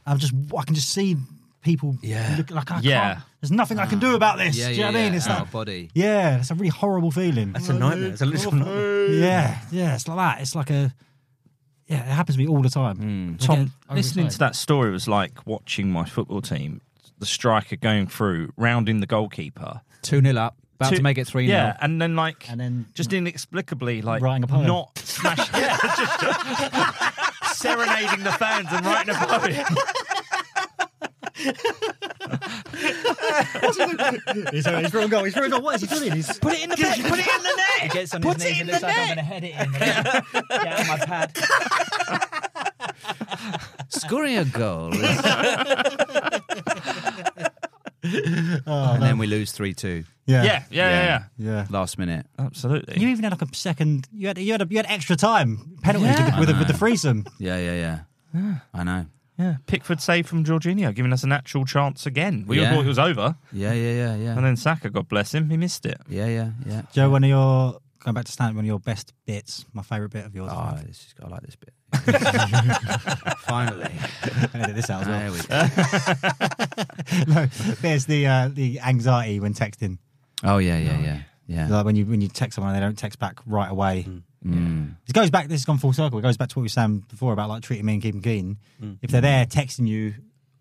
Speaker 5: I'm just, I can just see people yeah. look like I
Speaker 7: Yeah. Ah.
Speaker 5: can't. There's nothing I can do about this.
Speaker 7: Yeah,
Speaker 5: do you
Speaker 7: yeah,
Speaker 5: know what I mean?
Speaker 7: yeah.
Speaker 5: It's
Speaker 7: Out
Speaker 5: like,
Speaker 7: of body.
Speaker 5: yeah, it's a really horrible feeling.
Speaker 9: That's a nightmare. It's a literal nightmare.
Speaker 5: Yeah, yeah, it's like that. It's like a yeah, it happens to me all the time. I
Speaker 6: Tom,
Speaker 5: get overexcited.
Speaker 6: listening to that story was like watching my football team, the striker going through, rounding the goalkeeper.
Speaker 7: 2 0 up, about
Speaker 6: Two-
Speaker 7: to make it 3 0.
Speaker 6: Yeah, and then like,
Speaker 5: and then
Speaker 6: just inexplicably, like,
Speaker 7: Writing a poem.
Speaker 6: not smashing, yeah, just serenading the fans and writing a poem.
Speaker 5: he's, he's wrong goal. He's wrong goal. What is he doing? He's
Speaker 6: put it in the net. Put it in the net.
Speaker 11: He gets on
Speaker 6: Put
Speaker 11: his
Speaker 6: it
Speaker 11: knees
Speaker 6: in
Speaker 11: and
Speaker 6: the
Speaker 11: looks like I'm
Speaker 6: net.
Speaker 11: going to head it in. Get out my pad.
Speaker 7: Scoring a goal. is-
Speaker 5: Oh,
Speaker 7: Oh, and then we lose 3 2.
Speaker 5: Yeah.
Speaker 6: Yeah, yeah, yeah,
Speaker 7: Last minute.
Speaker 6: Absolutely.
Speaker 5: you even had like a second. You had you had, a, you had extra time penalties with, with, with the threesome.
Speaker 7: Yeah, yeah, yeah. I know.
Speaker 6: Yeah, Pickford saved from Jorginho, giving us an actual chance again. We all
Speaker 7: Yeah.
Speaker 6: thought it was over,
Speaker 7: Yeah, yeah, yeah, yeah.
Speaker 6: and then Saka, God bless him, he missed it.
Speaker 7: Yeah, yeah, yeah.
Speaker 5: Joe, one of your going back to stand one of your best bits, my favourite bit of yours. I
Speaker 7: Oh,
Speaker 5: think.
Speaker 7: this is, I like this bit. Finally.
Speaker 5: Edit this out as well.
Speaker 7: There we go.
Speaker 5: no, there's the uh, the anxiety when texting.
Speaker 7: oh, yeah, yeah, yeah. Yeah.
Speaker 5: Like when you when you text someone and they don't text back right away.
Speaker 7: Mm.
Speaker 5: It goes back. This has gone full circle. It goes back to what we were saying before about like treating me and keeping keen. If
Speaker 7: Mm.
Speaker 5: they're there texting you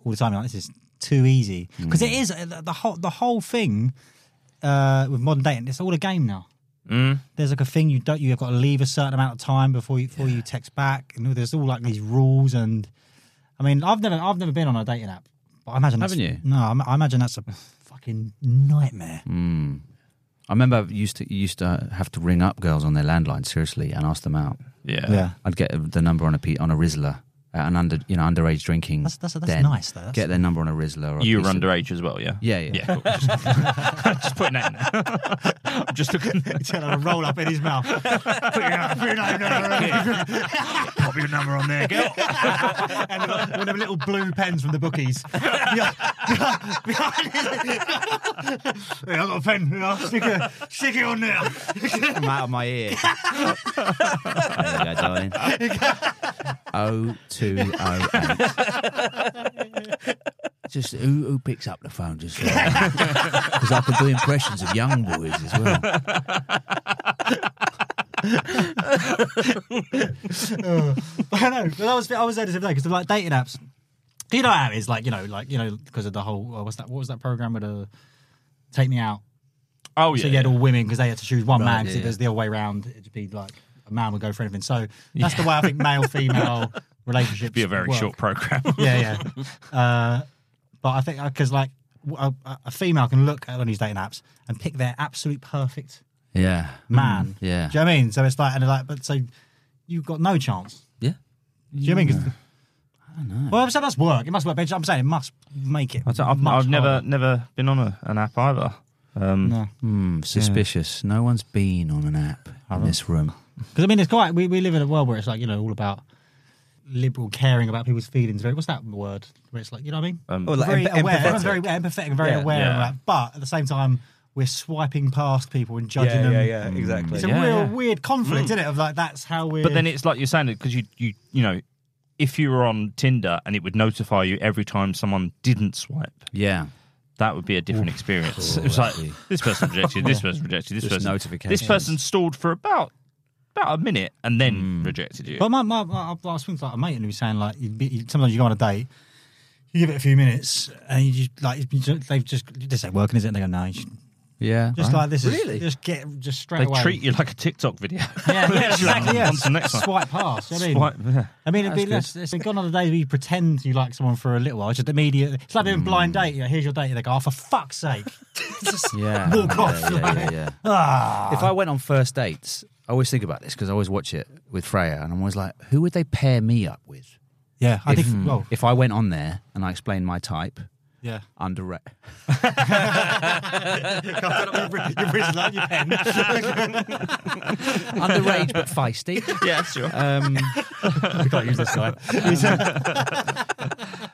Speaker 5: all the time, you're like this is too easy
Speaker 7: Mm.
Speaker 5: because it is uh, the whole the whole thing uh, with modern dating. It's all a game now.
Speaker 6: Mm.
Speaker 5: There's like a thing you don't. You've got to leave a certain amount of time before you before you text back, and there's all like these rules. And I mean, I've never I've never been on a dating app, but I imagine that's-
Speaker 7: Haven't you?
Speaker 5: No, I, I imagine that's a fucking nightmare.
Speaker 7: Mm. I remember I used to used to have to ring up girls on their landline seriously and ask them out.
Speaker 6: Yeah.
Speaker 5: Yeah.
Speaker 7: I'd get the number on a pe- on a Rizzler at an under you know underage drinking.
Speaker 5: That's- that's- that's
Speaker 7: den.
Speaker 5: nice, though. That's-
Speaker 7: get their number on a Rizzler. Or a
Speaker 6: You were
Speaker 7: piece of-
Speaker 6: underage as well, yeah?
Speaker 7: Yeah, yeah.
Speaker 6: Yeah, cool. just, just putting that in there. I'm just looking.
Speaker 5: Tell her to roll up in his mouth. put your, put your name down.
Speaker 6: Pop your number on there, girl.
Speaker 5: and we'll, we'll have little blue pens from the bookies. Behind- behind his- Hey, I've got a pen. you know, Stick it, stick it on there.
Speaker 7: Come out of my ear. there you go, darling. Oh two oh eight. Just who, who picks up the phone? Just because I can do impressions of young boys as well.
Speaker 5: Ugh. but I know. But I was I was there the other day because like dating apps. You know how it is, like you know, like you know, because of the whole uh, what's that? What was that program with the Take Me Out?
Speaker 6: Oh
Speaker 5: So
Speaker 6: yeah,
Speaker 5: you had
Speaker 6: yeah.
Speaker 5: all women because they had to choose one
Speaker 6: Right,
Speaker 5: man. 'cause
Speaker 6: yeah,
Speaker 5: if it was the other way around, it'd be like a man would go for anything. So that's
Speaker 6: Yeah.
Speaker 5: the way I think male female relationships
Speaker 6: Be a very
Speaker 5: work.
Speaker 6: short program.
Speaker 5: yeah, yeah. Uh, but I think because like a, a- a female can look at one of these dating apps and pick their absolute perfect
Speaker 7: Yeah.
Speaker 5: man.
Speaker 7: Mm, yeah.
Speaker 5: Do you know what I mean? So it's like, and like, but so you've got no chance.
Speaker 7: Yeah.
Speaker 5: Do you know what I mean? 'Cause-
Speaker 7: I don't know.
Speaker 5: Well, I'm saying that's work. It must work. But I'm saying it must make it.
Speaker 6: I don't- I've,
Speaker 5: much
Speaker 6: I've never
Speaker 5: harder.
Speaker 6: never been on a, an app either. Um,
Speaker 7: Hmm, suspicious. No one's been on an app in this room.
Speaker 5: Because I mean, it's quite. We, we live in a world where it's like you know all about liberal caring about people's feelings. Very, what's that word? Where it's like you know what I mean?
Speaker 6: Um,
Speaker 9: Oh, like
Speaker 5: very
Speaker 9: em-
Speaker 5: aware.
Speaker 9: empathetic.
Speaker 5: Everyone's very empathetic and very
Speaker 9: Yeah.
Speaker 5: aware
Speaker 9: Yeah.
Speaker 5: of that. But at the same time, we're swiping past people and judging
Speaker 9: Yeah,
Speaker 5: them.
Speaker 9: yeah, yeah, exactly.
Speaker 7: Mm.
Speaker 5: It's a
Speaker 6: Yeah,
Speaker 5: real
Speaker 6: yeah.
Speaker 5: weird conflict, isn't it? Of like that's how we.
Speaker 6: But then it's like you're saying because you you you know if you were on Tinder and it would notify you every time someone didn't swipe.
Speaker 7: Yeah.
Speaker 6: That would be a different experience.
Speaker 7: Oh,
Speaker 6: it's like
Speaker 7: that'd be-
Speaker 6: this person rejected, this person rejected, this
Speaker 7: Just
Speaker 6: person This
Speaker 7: notifications.
Speaker 6: person stalled for about about a minute and then
Speaker 5: Hmm.
Speaker 6: rejected you.
Speaker 5: But my, my, my, I was speaking to like a mate and he was saying like you'd be, you sometimes you go on a date, you give it a few minutes and you just like you just- they've just this ain't working, is it? And they go no, you just,
Speaker 7: Yeah.
Speaker 5: just like this is
Speaker 7: Really?
Speaker 5: just get just straight
Speaker 6: they
Speaker 5: away.
Speaker 6: treat you like a TikTok video.
Speaker 5: Yeah, yeah, exactly. Yeah.
Speaker 6: On to the next one.
Speaker 5: Swipe past. you know what I
Speaker 6: Swipe,
Speaker 5: mean,
Speaker 6: yeah.
Speaker 5: I mean, it'd be
Speaker 6: That's
Speaker 5: less. It's gone on the day where you pretend you like someone for a little while. It's just immediate. It's like doing a blind
Speaker 6: Hmm.
Speaker 5: date. You know, here's your date. and They go, oh, for fuck's sake. Just
Speaker 7: Yeah.
Speaker 5: Walk
Speaker 7: yeah,
Speaker 5: off.
Speaker 7: Yeah,
Speaker 5: like,
Speaker 7: yeah, yeah.
Speaker 5: Ah.
Speaker 7: If I went on first dates, I always think about this because I always watch it with Freya, and I'm always like, who would they pair me up with?
Speaker 5: Yeah, I
Speaker 7: if,
Speaker 6: Hmm.
Speaker 5: think. Well,
Speaker 7: if I went on there and I explained my type,
Speaker 5: yeah.
Speaker 7: under re-
Speaker 5: You've risen up your pen.
Speaker 7: underage but feisty.
Speaker 6: Yeah, sure.
Speaker 5: Uh,
Speaker 7: Um,
Speaker 5: we can't use this guy.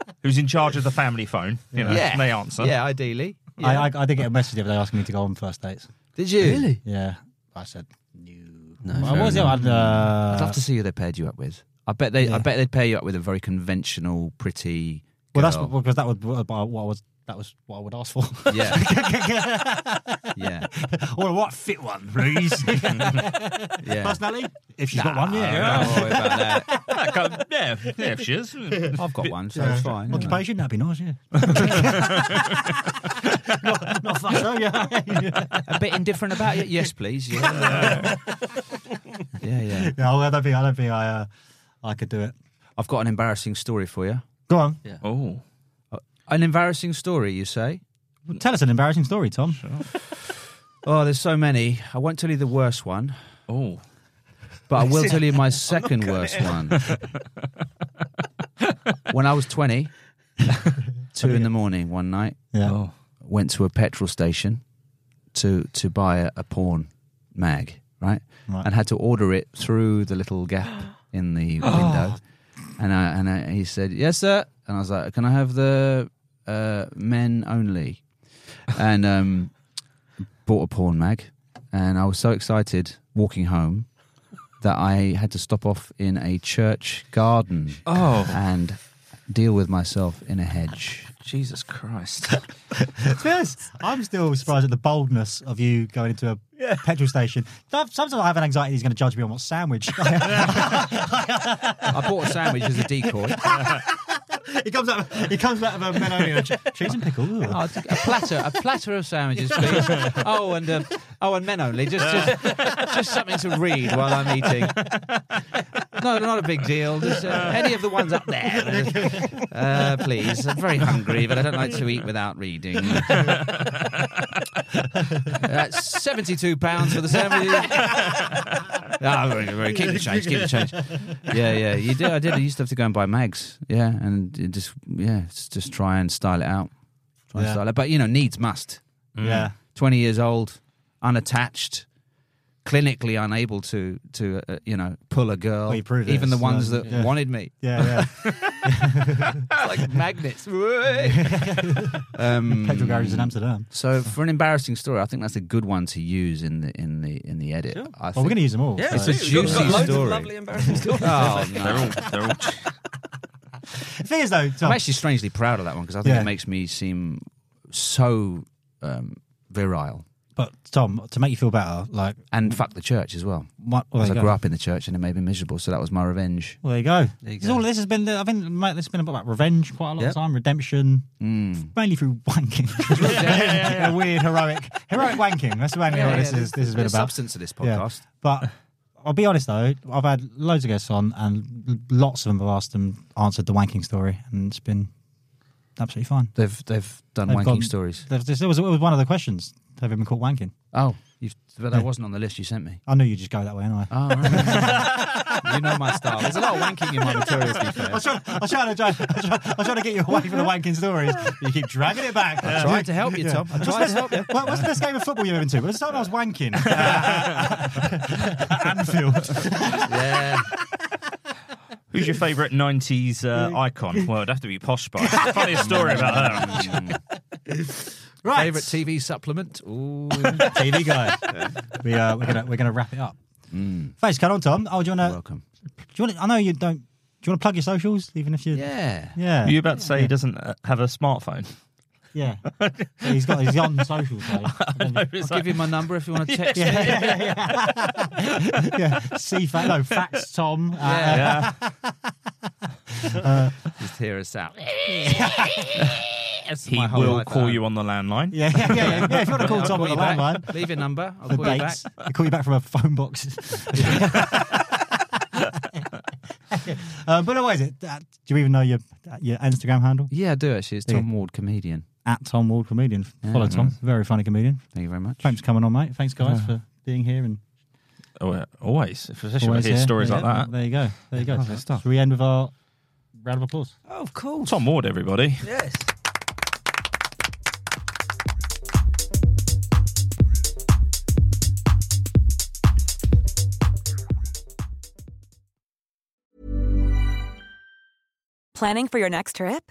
Speaker 6: Who's in charge of the family phone? You know,
Speaker 7: Yeah.
Speaker 6: they answer.
Speaker 7: Yeah, ideally. Yeah.
Speaker 5: I, I, I did get a message the other day asking me to go on first dates.
Speaker 7: Did you? Really?
Speaker 5: Yeah. I said no.
Speaker 7: No,
Speaker 5: I
Speaker 7: fair
Speaker 5: was the
Speaker 7: enough.
Speaker 5: one, uh,
Speaker 7: I'd love to see who they paired you up with. I bet they.
Speaker 5: Yeah.
Speaker 7: I bet they'd pair you up with a very conventional, pretty.
Speaker 5: Well, that's
Speaker 7: girl.
Speaker 5: because that would what I was that was what I would ask for.
Speaker 7: Yeah. Yeah.
Speaker 5: Or what fit one, please?
Speaker 7: Yeah.
Speaker 5: Personality, if she's got one, yeah.
Speaker 7: Don't worry about that.
Speaker 6: That guy- yeah, if- yeah, if she is.
Speaker 7: I've got one, so
Speaker 5: Yeah.
Speaker 7: it's fine.
Speaker 5: Occupation, that'd be nice, yeah. not, not fucked up, yeah.
Speaker 7: A bit indifferent about it? Yes, please. Yeah. yeah, yeah.
Speaker 5: yeah. I don't think I don't think I uh, I could do it.
Speaker 7: I've got an embarrassing story for you.
Speaker 5: Go on,
Speaker 6: Oh.
Speaker 7: An embarrassing story, you say?
Speaker 5: Well, tell us an embarrassing story, Tom.
Speaker 7: Oh, there's so many. I won't tell you the worst one,
Speaker 6: Oh.
Speaker 7: but I will tell you my second worst one. when I was 20, two in the morning one night,
Speaker 5: Yeah.
Speaker 6: Oh.
Speaker 7: went to a petrol station to to buy a, a porn mag, right?
Speaker 5: Right.
Speaker 7: And had to order it through the little gap in the window. And I, and I, he said, "Yes, sir." And I was like, "Can I have the uh, men only?" And um, bought a porn mag, and I was so excited walking home that I had to stop off in a church garden
Speaker 6: Oh.
Speaker 7: and deal with myself in a hedge.
Speaker 6: Jesus Christ.
Speaker 5: to be honest, I'm still surprised at the boldness of you going into a petrol station. Sometimes I have an anxiety he's going to judge me on what sandwich.
Speaker 7: I bought a sandwich as a decoy.
Speaker 5: he comes out. He comes out of a melon. Cheese and pickle. ooh.
Speaker 7: Oh, a platter, a platter of sandwiches, please. Oh, and uh, oh, and men only. Just, just, just something to read while I'm eating. No, not a big deal. Just, uh, any of the ones up there, uh, please. I'm very hungry, but I don't like to eat without reading. That's seventy-two pounds for the sandwich. Ah, very, very. Keep the change. Keep the change. Yeah, yeah. You did. I did. I used to have to go and buy mags. Yeah, and it just yeah, just, just try and style it out. Try and
Speaker 5: Yeah.
Speaker 7: style it. But you know, needs must.
Speaker 5: Yeah.
Speaker 7: 20 years old, unattached, clinically unable to to uh, you know pull a girl,
Speaker 5: Well, you proved
Speaker 7: even
Speaker 5: it,
Speaker 7: the
Speaker 5: so,
Speaker 7: ones that
Speaker 5: yeah.
Speaker 7: wanted me,
Speaker 5: Yeah,
Speaker 7: like magnets.
Speaker 5: yeah.
Speaker 7: um,
Speaker 5: Petrol garages in Amsterdam.
Speaker 7: So for an embarrassing story, I think that's a good one to use in the in the in the edit. I
Speaker 5: Well, we're
Speaker 7: think-
Speaker 5: going to use them all.
Speaker 8: Yeah,
Speaker 5: so.
Speaker 7: it's a
Speaker 8: We've got- we've got
Speaker 7: juicy
Speaker 8: loads of
Speaker 7: story.
Speaker 8: lovely embarrassing stories.
Speaker 7: oh
Speaker 6: They're
Speaker 7: no.
Speaker 6: all, they're all
Speaker 5: The thing is, though, Tom,
Speaker 7: I'm actually strangely proud of that one because I think
Speaker 5: Yeah.
Speaker 7: it makes me seem so um, virile.
Speaker 5: But Tom, to make you feel better, like
Speaker 7: and fuck the church as well.
Speaker 5: What, well,
Speaker 7: Because
Speaker 5: there
Speaker 7: I
Speaker 5: you
Speaker 7: grew
Speaker 5: go.
Speaker 7: up in the church and it made me miserable, so that was my revenge.
Speaker 5: Well, there you go.
Speaker 7: There you
Speaker 5: This,
Speaker 7: go.
Speaker 5: all, this has been. I think mate, this has been about revenge quite a lot
Speaker 7: Yep.
Speaker 5: of time, redemption,
Speaker 7: Mm.
Speaker 5: mainly through wanking. A weird heroic, heroic wanking. That's mainly
Speaker 7: Yeah,
Speaker 5: what
Speaker 7: yeah,
Speaker 5: this
Speaker 7: there's-
Speaker 5: is. This has been
Speaker 7: there's
Speaker 5: about
Speaker 7: substance to this
Speaker 5: Yeah.
Speaker 7: podcast.
Speaker 5: But I'll be honest though, I've had loads of guests on, and lots of them have asked and answered the wanking story, and it's been absolutely fine.
Speaker 7: They've they've done wanking stories.
Speaker 5: They've, this, it, was, it was one of the questions. Have you been caught wanking?
Speaker 7: Oh, you've, but
Speaker 5: Yeah.
Speaker 7: that wasn't on the list you sent me.
Speaker 5: I knew you'd just go that way anyway.
Speaker 7: Oh, right. you know my style. There's a lot of wanking in my material. To be fair.
Speaker 5: I was, trying, I, was trying to drive, I, was trying, I was trying to get you away from the wanking stories. but You keep dragging it back.
Speaker 7: I tried to help you, Tom. I tried to help you.
Speaker 5: What, what's the best game of football you've ever been to? What's the time I was wanking? At Anfield.
Speaker 6: Yeah. Who's your favourite 90s uh, icon? Well, it'd have to be Posh Spice. Funny story about her.
Speaker 5: Right.
Speaker 7: Favorite TV supplement? Ooh.
Speaker 5: TV guy. we, uh, we're gonna we're gonna wrap it up.
Speaker 7: Mm.
Speaker 5: Thanks, cut on, Tom. Oh, do you want to? Welcome. Do you want? I know you don't. Do you want to plug your socials, even if you?
Speaker 7: Yeah.
Speaker 5: Yeah.
Speaker 6: Were you about to say he doesn't uh, have a smartphone?
Speaker 5: Yeah. he's got. He's on the socials. Though.
Speaker 7: I'll give you my number if you want to text
Speaker 5: Yeah,
Speaker 7: me.
Speaker 5: yeah, yeah, yeah. yeah. See, fa- no, facts, Tom. Uh,
Speaker 7: Yeah.
Speaker 5: Uh,
Speaker 7: Just hear us out.
Speaker 6: He will call you on the landline.
Speaker 5: yeah, yeah, yeah, yeah. yeah. If you want to call Tom on the landline,
Speaker 7: Leave your number. I'll
Speaker 5: the
Speaker 7: call you back.
Speaker 5: dates. He'll call you back from a phone box. uh, but no, what is it? Uh, Do you even know your uh, your Instagram handle?
Speaker 7: Yeah, I do actually. It's
Speaker 5: Yeah.
Speaker 7: Tom Ward, comedian.
Speaker 5: At Tom Ward Comedian. Follow
Speaker 7: Yeah.
Speaker 5: Tom. Very funny comedian.
Speaker 7: Thank you very much.
Speaker 5: Thanks for coming on, mate. Thanks, guys, for being here and
Speaker 6: Oh, yeah, always. If especially when I
Speaker 5: always
Speaker 6: hear
Speaker 5: here.
Speaker 6: stories
Speaker 5: Yeah,
Speaker 6: like that.
Speaker 5: There you go. There you go.
Speaker 6: Oh, good stuff.
Speaker 5: Shall we end with our round of applause?
Speaker 9: Oh, of course.
Speaker 6: Tom Ward, everybody.
Speaker 9: Yes.
Speaker 12: Planning for your next trip?